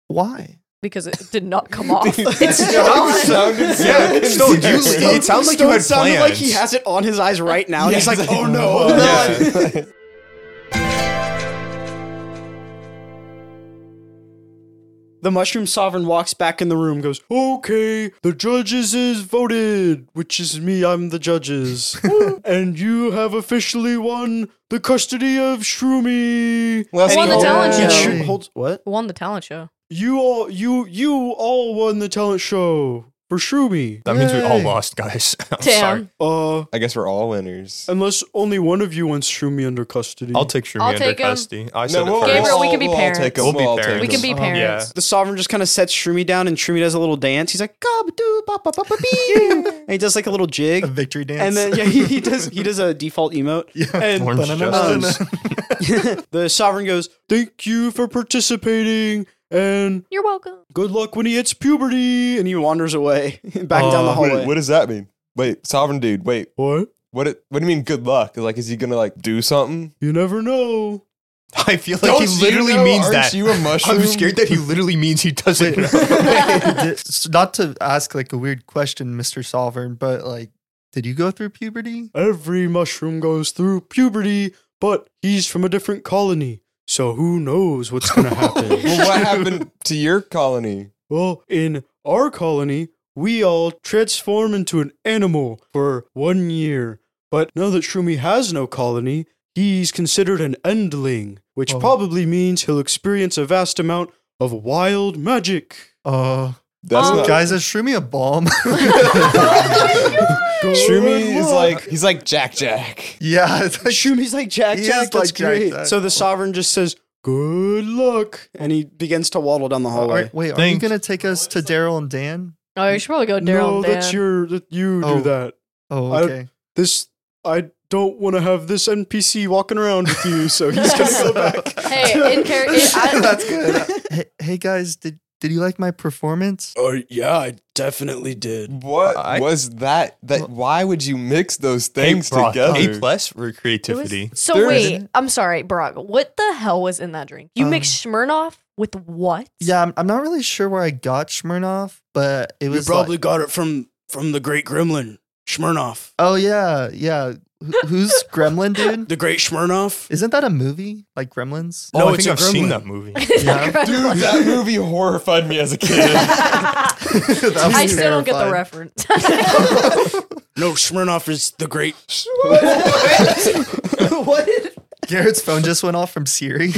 S2: Why?
S6: E because it did
S2: [laughs]
S6: not come off. it's
S7: It
S6: not.
S7: sounded so
S5: Yeah, Stone, you,
S1: Stone-
S5: it sounds like you
S1: Stone
S5: had
S1: sounded
S5: plans.
S1: like he has it on his eyes right now. and he's like, oh
S5: [laughs]
S1: no.
S7: Yeah.
S1: The mushroom sovereign walks back in the room, goes, Okay, the judges is voted, which is me, I'm the judges. and you have officially won the custody of Shroomy.
S7: Well,
S1: And
S6: Won
S1: he
S6: the
S1: holds-
S6: talent
S1: and
S6: show.
S1: Shroom holds what?
S6: Won the talent show.
S1: You all you you all won the talent show for Shroomy.
S5: That means we all
S2: Yay.
S5: lost, guys. [laughs] I'm sorry.
S6: Damn.
S1: Uh
S7: I guess we're all winners.
S1: unless only one of you wants Shroomy under custody.
S5: I'll take Shroomy
S6: I'll
S5: under
S6: take 'em.
S5: custody. I said it
S7: we'll-
S5: first.
S6: Gabriel, we
S7: all-
S6: can be
S7: we'll all
S6: parents.
S7: take 'em,
S5: We'll be
S7: all take
S5: parents.
S6: We can
S7: 'em.
S6: be
S2: Uh-huh.
S5: Yeah.
S6: parents.
S1: the sovereign just kind of sets Shroomy down, and Shroomy does a little dance. He's like, gob doo ba ba ba
S6: [laughs]
S1: ba bee. and he does like a little jig.
S2: A victory dance.
S1: and
S2: [laughs]
S1: then [laughs] yeah, he, he does he does a default
S5: [laughs]
S1: emote.
S2: Yeah.
S1: And
S5: Orange Justice.
S1: the sovereign goes, "Thank you for participating, and
S8: You're welcome.
S1: good luck when he hits puberty." And he wanders
S4: [laughs]
S1: away back down the
S2: Oh,
S1: hallway.
S7: Wait, what does that mean? Wait, sovereign dude. Wait,
S1: what?
S7: what? It, what do you mean? Good luck? Like, is he gonna like do something?
S1: You never know.
S5: [laughs] I feel like he
S7: Don't you
S5: literally
S7: know?
S5: means
S7: Aren't
S5: that.
S7: you a
S5: [laughs]
S7: mushroom?
S5: I'm scared that he literally means he doesn't know.
S2: Did- s- not to ask like a weird question, Mr. Sovereign, but like, did you go through puberty?
S7: Uh,
S1: Every mushroom goes through puberty, but he's from a different colony, so who knows what's [laughs] gonna
S5: [laughs]
S1: happen?
S7: Well, what happened to your colony?
S1: well, in our colony, we all transform into an animal for one year. But now that Shroomy has no colony, he's considered an endling, which
S2: Oh.
S1: probably means he'll experience a vast amount of wild magic.
S2: Uh,
S7: That's
S6: Um,
S7: not.
S2: guys, is Shroomy a bomb? [laughs]
S7: Shroomy is like he's like Jack Jack.
S2: yeah, it's like,
S1: Shumi's like Jack
S2: He is
S1: Jack.
S2: like
S1: That's
S2: Jack
S1: great.
S2: Jack.
S1: So the sovereign just says, "Good luck," and he begins to waddle down the hallway.
S2: Are- wait, are you
S5: Thanks.
S2: gonna take us to Daryl and Dan?
S6: Oh, you should probably go Daryl
S1: no,
S6: and Dan.
S1: that's your that you
S2: Oh.
S1: do that.
S2: Oh,
S1: I-
S2: okay.
S1: This I don't want to have this NPC walking around with you, so he's gonna go back.
S6: [laughs] Hey,
S2: [laughs]
S6: in character. I,
S2: That's good. hey, hey, guys, did did you like my performance?
S4: Oh, yeah, I definitely did.
S7: What
S5: I-
S7: was that? That why would you mix those things
S5: Brock,
S7: together?
S5: A plus for
S6: it was-
S5: creativity.
S6: so
S7: There
S6: wait,
S2: is-
S6: I'm sorry, Brock. What the hell was in that drink? You
S2: Um,
S6: mixed Smirnoff with what? [laughs]
S2: Yeah, I'm, I'm not really sure where I got Smirnoff, but it
S4: You
S2: was
S4: probably
S2: like-
S4: got it from from the great gremlin, Smirnoff.
S2: oh yeah, yeah. Wh-
S4: [laughs]
S2: who's Gremlin, dude?
S4: The great Smirnoff?
S2: Isn't that a movie like Gremlins?
S5: Oh,
S4: No,
S5: I
S4: it's
S5: think I've
S4: a
S5: seen
S4: gremlin.
S5: that movie.
S2: Yeah.
S7: Dude, that movie horrified me as a [laughs] kid.
S6: I
S2: [laughs] That was
S6: still don't get the
S2: terrifying.
S6: reference. [laughs]
S4: No, Smirnoff is the great.
S2: Garrett's phone just went off from
S4: [laughs]
S2: Siri.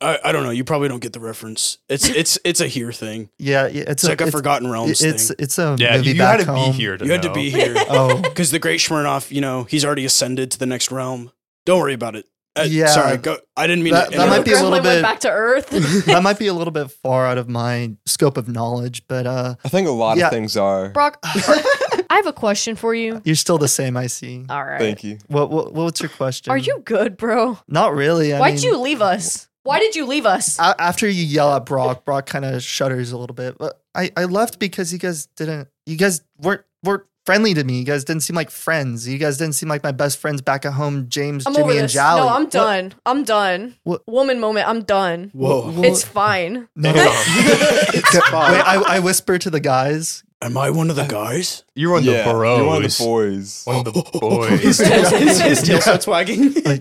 S4: I, I don't know. You probably don't get the reference. It's it's it's a here thing.
S2: yeah, yeah, it's,
S4: It's like a Forgotten Realms
S2: It's it's,
S4: thing.
S2: a
S5: Yeah,
S2: movie
S5: you, you
S2: back
S5: had to
S2: home.
S5: be here to
S4: you had to
S5: know.
S4: be here [laughs]
S5: [laughs]
S2: Oh,
S4: because the great Smirnoff, you know, he's already ascended to the next realm. Don't worry about it. Uh,
S2: Yeah.
S4: Sorry, go, I didn't mean
S2: That-
S4: to.
S2: that might
S4: interrupt.
S2: be a
S6: Gremlin
S2: little bit-
S6: went back
S2: [laughs]
S6: to Earth.
S2: that might be a little bit far out of my scope of knowledge, but uh,
S7: I think a lot
S2: Yeah.
S7: of things are.
S6: Brock, I have a question for you.
S2: you're still the same. I see.
S6: All right.
S7: Thank you.
S2: What, what what's your question?
S6: Uh, Are you good, bro?
S2: not really? I
S6: Why'd
S2: mean, Uh,
S6: you leave us? Why did you leave us?
S2: a- after you yell at Brock, Brock kind of shudders a little bit. But I, I left because you guys didn't. You guys weren't weren't friendly to me. You guys didn't seem like friends. You guys didn't seem like my best friends back at home. James,
S6: I'm over
S2: Jimmy, and
S6: this.
S2: Jolly.
S6: No, I'm done. I'm done.
S2: What-
S6: Woman moment. I'm done.
S4: Whoa.
S2: Well-
S6: It's fine.
S2: No. [laughs] Wait, I, I whisper to the guys.
S4: Am I one of the guys?
S5: You're one of
S7: Yeah,
S5: the bros.
S7: you're one of the boys.
S5: One of the boys.
S1: his, his tail starts wagging.
S2: Do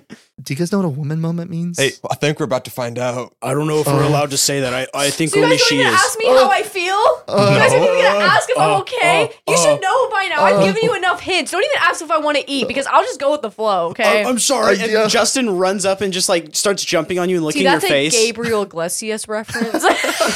S2: you guys know what a woman moment means? [laughs]
S5: Hey,
S7: I think we're about to find out.
S4: I don't know if we're
S2: Uh.
S4: allowed to say that. I, I think
S6: So you
S4: only
S6: guys aren't
S4: she
S6: even
S4: is.
S6: gonna ask me how I feel?
S2: Uh,
S6: you guys aren't even gonna
S7: Uh,
S6: ask if
S4: uh,
S6: I'm okay?
S4: uh,
S6: you
S4: uh,
S6: should know by now. I've given you enough hints. Don't even ask if I want to eat because I'll just go with the flow, okay?
S1: I- I'm sorry.
S2: Uh,
S1: And
S2: yeah.
S1: Justin runs up and just like starts jumping on you and licking
S6: See,
S1: your
S6: that's a
S1: face.
S6: Gabriel Iglesias reference.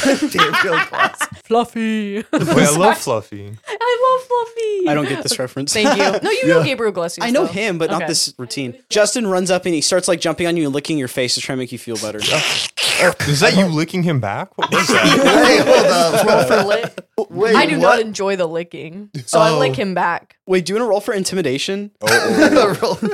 S6: [laughs]
S2: Gabriel Glass.
S6: Fluffy.
S5: Wait, I love Fluffy.
S6: I love Fluffy.
S1: I don't get this reference.
S6: Thank you. No, you know Gabriel Iglesias.
S1: I know
S6: though.
S1: him, but not
S6: Okay.
S1: this routine. Justin runs up and he starts like jumping on you and licking your face to try and make you feel [laughs] better.
S5: Is that you licking him back? What was
S2: [laughs]
S5: that?
S2: [laughs] Hey, hold up.
S6: Roll for lick.
S2: Wait,
S6: I do
S2: what?
S6: not enjoy the licking, so I
S2: Oh.
S6: lick him back.
S1: Oh. Wait, do you want to roll for intimidation?
S7: Oh,
S2: Roll-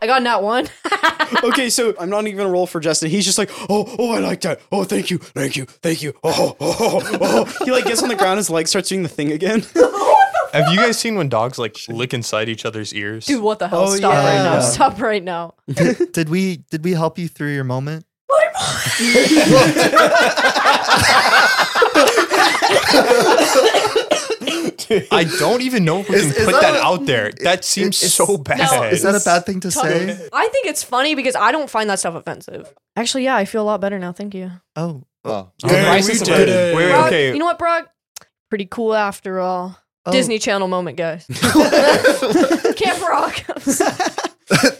S6: I got not one. [laughs]
S1: okay, so I'm not even gonna roll for Justin. He's just like, oh, oh, I like that. Oh, thank you, thank you, thank you. Oh, oh, oh, [laughs] oh. He like gets on the ground, his leg starts doing the thing again. [laughs]
S5: Have you guys seen when dogs like lick inside each other's ears?
S6: Dude, what the hell?
S1: Oh,
S6: Stop right
S2: yeah.
S6: now. Stop right now.
S2: [laughs] did we did we help you through your moment?
S5: I don't even know if we
S2: Is-
S5: can
S2: is
S5: put that,
S2: that a-
S5: out there. That seems
S2: it's-
S5: so bad.
S2: Is that a bad thing to say?
S6: I think it's funny because I don't find that stuff offensive. Actually, yeah, I feel a lot better now. Thank you.
S2: Oh,
S7: Oh.
S4: Yeah,
S5: Wait,
S4: we
S5: wait,
S4: did it.
S5: wait,
S6: Brock,
S5: okay.
S6: You know what, Brock? Pretty cool after all.
S2: Oh.
S6: Disney Channel
S1: [laughs]
S6: moment, guys. Camp Rock.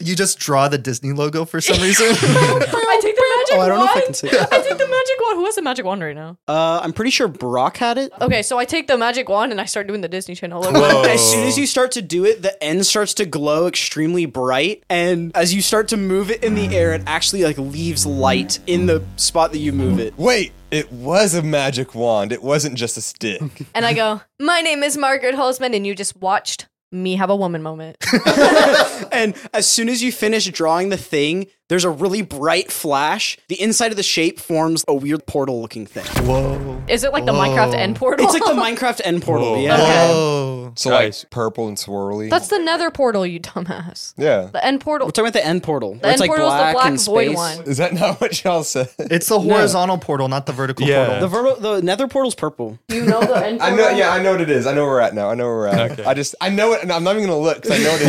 S2: you just draw the Disney logo for some
S6: [laughs]
S2: reason.
S6: [laughs] I take the magic
S1: oh, I don't know
S6: wand.
S1: if I can say. That.
S6: I take the magic wand. Who has the magic wand right now?
S1: Uh, I'm pretty sure Brock had it.
S6: Okay, so I take the magic wand and I start doing the Disney Channel logo.
S5: Whoa.
S1: As soon as you start to do it, the end starts to glow extremely bright, and as you start to move it in the air, it actually like leaves light in the spot that you move it.
S7: Wait, it was a magic wand. It wasn't just a stick.
S6: And I go, My name is Margaret Holzman, and you just watched me have a woman moment.
S1: And as soon as you finish drawing the thing, there's a really bright flash. The inside of the shape forms a weird portal-looking thing.
S2: Whoa.
S6: Is it like the Minecraft end portal?
S1: It's like
S6: [laughs]
S1: the Minecraft end portal.
S5: Whoa.
S1: Yeah.
S2: Oh.
S7: So
S5: Guys.
S7: like purple and swirly.
S6: That's the nether portal, you dumbass.
S7: yeah.
S6: The end portal.
S1: We're talking about the end portal.
S6: The
S1: where it's
S6: end
S1: like
S6: portal's
S1: black
S6: the black
S1: and
S6: void
S1: space.
S6: one.
S7: Is that not [laughs] what y'all said?
S2: It's the horizontal portal, not the vertical
S5: Yeah.
S1: The
S2: portal.
S1: verbo- the nether portal's purple.
S6: You know the end
S7: I know. Yeah, I know what it is. I know where we're at now. I know where we're at. I just I know it, and I'm not even gonna look because I know what it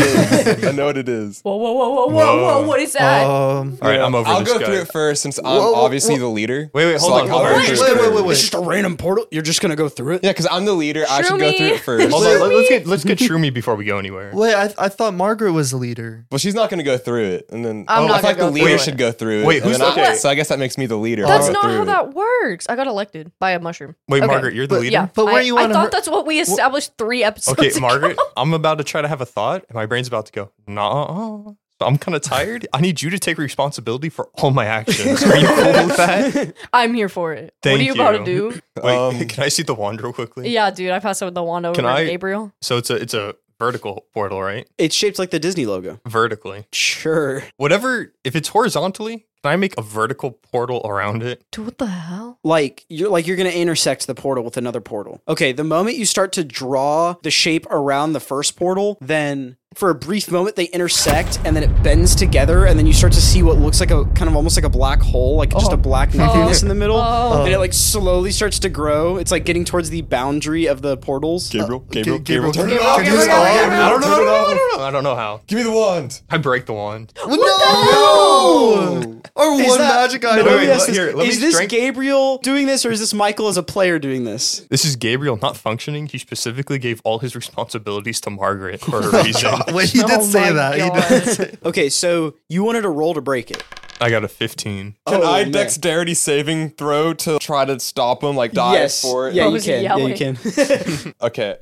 S7: is. I know what it is.
S6: Whoa, whoa, whoa, whoa, whoa, whoa, what is that?
S2: Um,
S5: All right, I'm over
S7: I'll
S5: this
S7: go
S5: guy.
S7: through it first since I'm
S2: Whoa, whoa,
S7: obviously the leader.
S5: Wait, wait,
S7: So,
S5: hold
S7: like,
S5: on,
S7: I'll
S5: hold
S7: go
S5: on.
S7: through
S5: Wait, wait,
S7: it first.
S2: wait, wait.
S1: It's just a random portal. You're just gonna go through it.
S7: [laughs] Yeah, because I'm the leader. I should go through
S6: Shroomy.
S7: it first.
S5: Hold on, let, us get let's get Shroomy before we go anywhere.
S2: wait, I, I thought Margaret was the leader.
S7: Well, she's not gonna go through it, and then
S6: I'm
S7: oh,
S6: not
S7: I feel like
S6: gonna
S7: the
S6: go
S7: leader
S6: through
S7: should
S6: it.
S7: go through it.
S5: Wait,
S7: and
S5: who's
S7: then
S5: the-
S7: I-
S5: okay.
S7: So I guess that makes me the leader.
S6: That's
S7: I'll go
S6: not
S7: through
S6: how
S7: it.
S6: that works. I got elected by a mushroom.
S5: Wait,
S6: Okay.
S5: Margaret, you're the leader.
S6: Yeah,
S2: But were
S6: I,
S2: you
S6: I
S2: on
S6: thought
S2: her-
S6: that's what we established three episodes.
S5: Okay,
S6: ago. [laughs]
S5: Margaret, I'm about to try to have a thought, and my brain's about to go, nah. So I'm kind of tired. I need you to take responsibility for all my actions. Are you cool with that?
S6: I'm here for it.
S5: Thank
S6: what are you, about to do?
S5: Wait,
S7: Um,
S5: can I see the wand real quickly?
S6: Yeah, dude, I passed out the wand over
S5: Can
S6: to
S5: I-
S6: Gabriel.
S5: So it's a it's a vertical portal, right?
S1: It's shaped like the Disney logo.
S5: Vertically.
S1: Sure.
S5: Whatever. If it's horizontally, can I make a vertical portal around it?
S6: Dude, what the hell?
S1: like you're like you're going to intersect the portal with another portal. Okay, the moment you start to draw the shape around the first portal, then for a brief moment they intersect and then it bends together and then you start to see what looks like a kind of almost like a black hole, like just a black nothingness in the middle.
S6: Oh.
S1: And it like slowly starts to grow. It's like getting towards the boundary of the portals.
S7: Gabriel,
S2: Gabriel,
S7: Gabriel, Gabriel, turn it
S2: Gabriel,
S7: off.
S2: turn
S7: Turn
S2: it
S7: it
S2: off.
S7: off.
S5: I don't know. I
S7: Turn
S5: don't
S7: it
S5: know. I
S7: off.
S5: don't know, I don't know how.
S7: Give me the wand.
S5: I break the wand.
S2: no! Or one
S1: Is that-
S2: magic
S1: no,
S2: item.
S1: let me
S5: wait,
S1: ask
S5: let-
S1: this.
S5: here, let me
S1: is this
S5: drink-
S1: Gabriel doing this or is this Michael as a player doing this?
S5: This is Gabriel not functioning. He specifically gave all his responsibilities to Margaret for
S1: [laughs]
S5: a reason.
S2: [laughs] Wait, he did
S6: Oh
S2: say
S6: my
S2: that. He
S6: God.
S2: did
S6: [laughs]
S2: say-
S1: Okay, so you wanted a roll to break it.
S5: I got a 15.
S7: Can
S1: Oh,
S7: I
S1: man.
S7: dexterity saving throw to try to stop him, like dive
S1: yes.
S7: for it?
S1: Yeah,
S6: What
S1: you
S6: Oh, was he
S1: can. yeah, you
S6: yelling?
S1: can.
S7: Okay.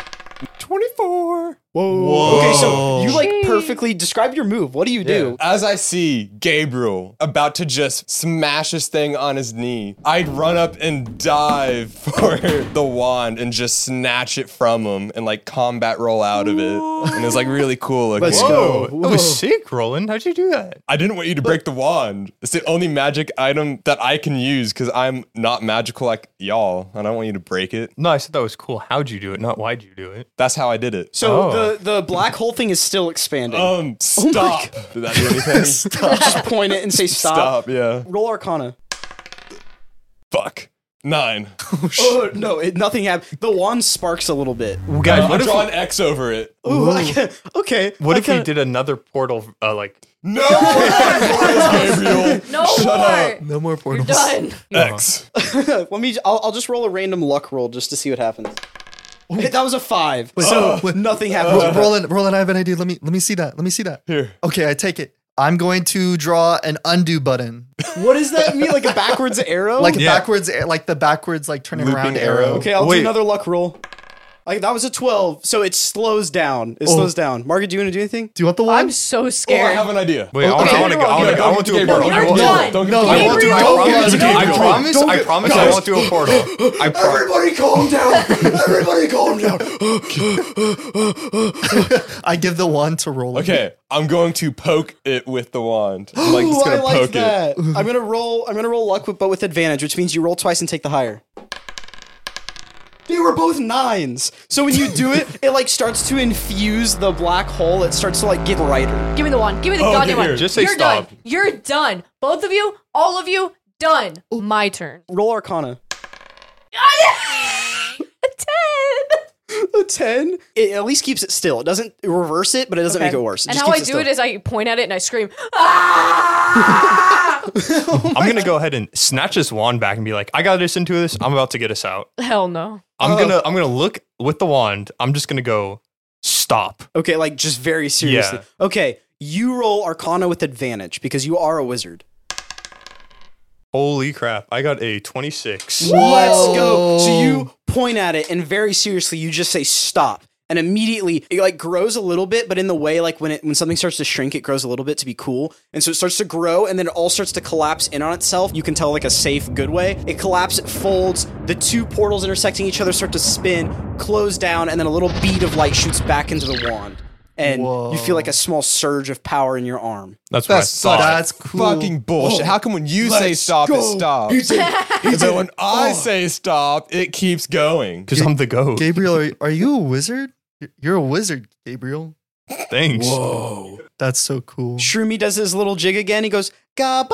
S1: Okay, so you like
S6: Jeez.
S1: perfectly describe your move. What do you do?
S7: As I see Gabriel about to just smash his thing on his knee, I'd run up and dive [laughs] for the wand and just snatch it from him and like combat roll out of it. And it's like really cool looking.
S1: Let's go.
S5: Whoa, that was sick, Roland. How'd you do that?
S7: I didn't want you to break the wand. It's the only magic item that I can use because I'm not magical like y'all. and I don't want you to break it.
S5: No, I said that was cool. How'd you do it? Not why'd you do it?
S7: That's how I did it.
S1: So
S5: Oh.
S1: the the black hole thing is still expanding.
S7: Um, stop. Did that do anything? stop.
S1: Just point it and say stop.
S7: Stop. Yeah.
S1: Roll Arcana.
S7: Fuck. Nine.
S1: Oh no, it, nothing happened. The wand sparks a little bit.
S5: Guys,
S7: Uh, I
S5: what if,
S7: draw an X over it.
S1: Ooh, I can't- okay.
S5: what
S1: I
S5: if he
S1: kinda-
S5: did another portal? Uh, like,
S7: No. Gabriel.
S6: No
S7: Shut
S6: more.
S2: no more
S6: You're
S2: portals.
S6: [laughs] done.
S7: X.
S1: Let me. I'll, I'll just roll a random luck roll just to see what happens. Hey, That was a five. so
S6: Oh,
S2: wait. oh.
S1: nothing
S2: Ro-
S1: happened.
S2: Roland, Roland, I have an idea. Let me let me see that. Let me see that.
S7: Here.
S2: Okay, I take it. I'm going to draw an undo button,
S1: what does that mean? Like a backwards arrow?
S2: like a
S5: Yeah.
S2: backwards, like the backwards, like turning
S7: Looping
S2: around
S7: arrow.
S2: arrow.
S1: okay, I'll
S5: Wait.
S1: do another luck roll. Like that was a twelve, so it slows down. It slows down. Margaret, do you want to do anything?
S2: Do you want the one?
S6: I'm so
S7: Oh, I
S6: scared.
S7: have an idea.
S5: Wait, I want
S6: Okay.
S5: I want to go. I want to go. I want to do a
S6: No,
S5: portal.
S6: you're
S5: I
S6: done.
S5: want-
S7: Don't
S2: No,
S5: I
S2: Gabriel,
S5: want to. I
S2: don't
S5: promise.
S2: get it.
S5: I
S2: Don't
S5: promise.
S2: get it.
S5: I promise. I want to do a portal. I promise.
S4: Everybody calm down. Everybody calm down.
S2: I give the one to roll.
S7: Okay, I'm going to poke it with the wand. I'm like just
S1: Ooh, I
S7: gonna
S1: like
S7: poke it. [laughs]
S1: that. I'm gonna roll. I'm gonna roll luck, with, but with advantage, which means you roll twice and take the higher. They were both nines. So when you do
S7: [laughs]
S1: it, it like starts to infuse the black hole. It starts to like get brighter.
S6: Give me the one. Give me the goddamn
S5: here.
S6: one.
S5: Just say
S6: You're
S5: stop.
S6: done. You're done. Both of you, all of you, done. My [laughs] turn.
S1: Roll Arcana.
S6: A ten.
S1: A ten. It at least keeps it still. It doesn't reverse it, but it doesn't make it worse. It
S6: and
S1: just
S6: how I
S1: keeps
S6: do
S1: still.
S6: it is I point at it and I [laughs] scream, ah!
S5: I'm gonna go ahead and snatch this wand back and be like, I got us into this. I'm about to get us out.
S6: Hell no.
S5: I'm gonna. I'm gonna look with the wand. I'm just gonna go. Stop.
S1: okay, like just very seriously. Okay, you roll Arcana with advantage because you are a wizard.
S5: Holy crap! I got a 26.
S1: Let's go. So you point at it and very seriously you just say stop. And immediately it like grows a little bit, but in the way like when it when something starts to shrink, it grows a little bit to be cool. And so it starts to grow and then it all starts to collapse in on itself. You can tell like a safe good way. It collapses, it folds, the two portals intersecting each other start to spin, close down, and then a little bead of light shoots back into the wand. And you feel like a small surge of power in your arm.
S5: That's what I
S7: That's
S5: thought.
S7: such
S2: That's cool.
S7: fucking bullshit. How come when you say stop, it stops? [laughs] but when
S4: oh.
S7: I say stop, it keeps going.
S5: Because I'm the goat.
S2: Gabriel, are, are you a wizard? You're a wizard, Gabriel.
S5: Thanks.
S2: That's so cool.
S1: Shroomy does his little jig again. He goes,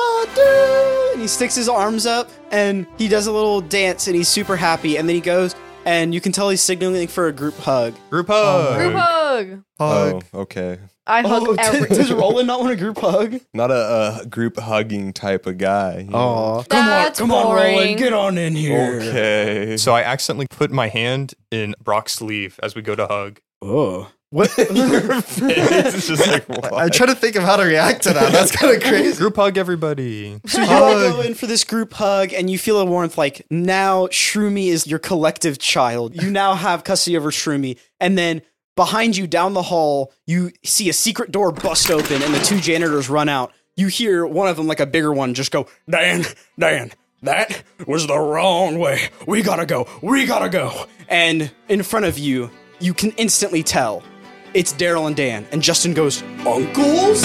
S1: Gabadoo! And he sticks his arms up and he does a little dance and he's super happy. And then he goes, and you can tell he's signaling for a group hug.
S5: Group hug.
S6: Group hug.
S2: Hug.
S7: Oh, okay.
S6: I hug
S4: Oh, [laughs]
S6: every.
S1: does Roland not want a group hug?
S7: Not a, a group hugging type of guy. you know?
S1: Oh.
S6: That's boring.
S4: Get on in here.
S7: [laughs] Okay.
S5: So I accidentally put my hand in Brock's sleeve as we go to hug.
S4: Oh.
S5: it's just like
S2: I try to think of how to react to that. That's kind of crazy.
S5: group hug everybody.
S1: So you all go in for this group hug and you feel a warmth like now Shroomy is your collective child. You now have custody over Shroomy. And then behind you down the hall, you see a secret door bust open and the two janitors run out. You hear one of them, like a bigger one, just go,
S4: Dan, Dan, that was the wrong way. We gotta go. We gotta go.
S1: and in front of you, you can instantly tell it's Daryl and Dan. And Justin goes, Uncles?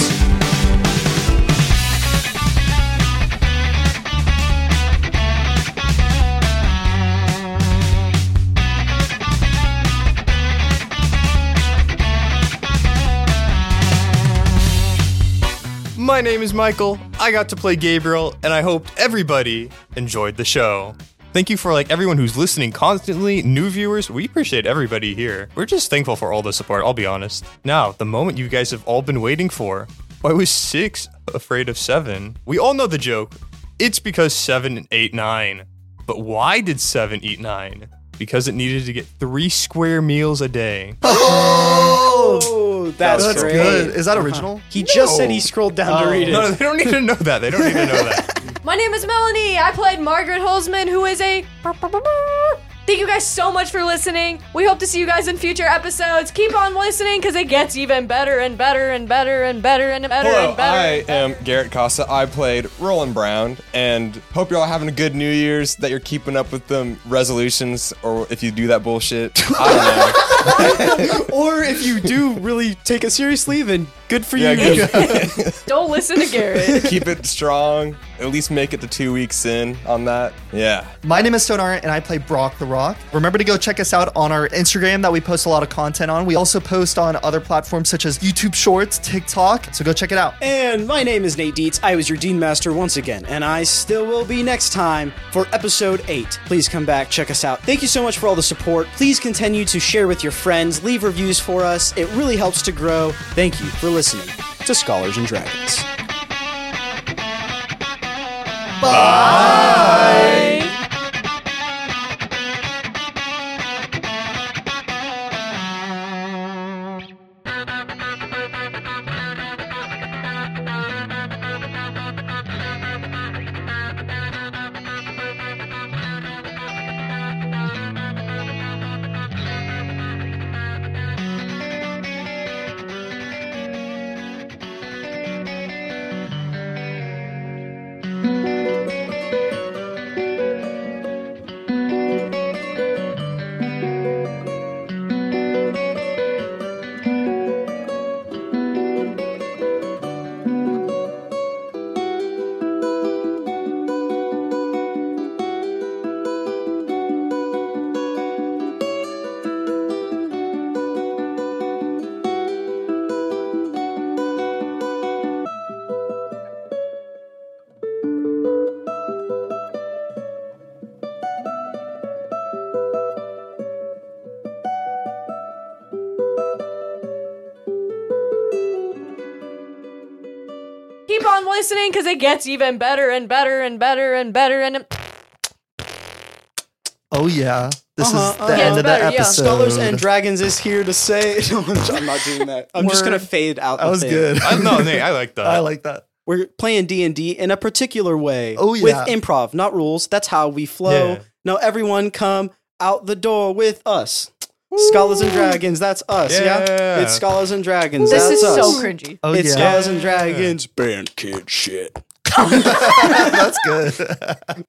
S5: My name is Michael. I got to play Gabriel, and I hope everybody enjoyed the show. Thank you for like everyone who's listening constantly, new viewers. We appreciate everybody here. We're just thankful for all the support, I'll be honest. Now, the moment you guys have all been waiting for. Why was 6 afraid of 7? We all know the joke. It's because 7 ate 9. But why did 7 eat 9? Because it needed to get 3 square meals a day.
S1: Oh, that's,
S2: That's
S1: great.
S2: good. Is that original?
S1: He just said he scrolled down to read it.
S5: No, they don't need to know that. They don't need to know that.
S6: My name is Melanie. I played Margaret Holzman, who is a. Thank you guys so much for listening. We hope to see you guys in future episodes. Keep on listening because it gets even better and better and better and better and better
S7: Hello,
S6: and better.
S7: I uh, am Garrett Costa. I played Roland Brown, and hope you're all having a good New Year's. That you're keeping up with them resolutions, or if you do that bullshit, I
S1: Or if you do really take it seriously, then good for
S7: don't
S1: you.
S7: know. Yeah, good.
S6: Don't listen to Garrett.
S7: [laughs] keep it strong. At least make it to two weeks in on that. Yeah.
S2: My name is Stone Art and I play Brock the Rock. Remember to go check us out on our Instagram that we post a lot of content on. We also post on other platforms such as YouTube Shorts, TikTok. So go check it out.
S1: [laughs] And my name is Nate Dietz. I was your Dean Master once again, and I still will be next time for episode 8. Please come back, check us out. Thank you so much for all the support. Please continue to share with your friends, leave reviews for us. It really helps to grow. Thank you for listening to Scholars and Dragons.
S6: listening because it gets even better and better and better and better and
S2: Oh yeah, this is
S1: Uh-huh,
S2: the
S1: uh-huh.
S2: end of the
S6: Better, yeah.
S2: episode.
S1: Scholars and Dragons is here to say. [laughs] No, I'm, I'm not doing that. I'm just
S2: Word.
S1: gonna fade out.
S2: that
S1: the
S2: was
S1: thing.
S2: good.
S5: I, no, Nate, I like that.
S2: I like that.
S1: We're playing D and D in a particular way.
S2: Oh,
S1: with
S2: yeah.
S1: improv, not rules. That's how we flow.
S5: Yeah.
S1: Now everyone come out the door with us. Scholars and Dragons. That's us. Yeah,
S5: Yeah.
S1: it's Scholars and Dragons.
S6: this
S1: that's
S6: is
S1: us.
S6: so cringy.
S2: Oh
S1: It's
S2: yeah,
S1: Scholars and Dragons.
S4: Band kid shit.
S2: that's good.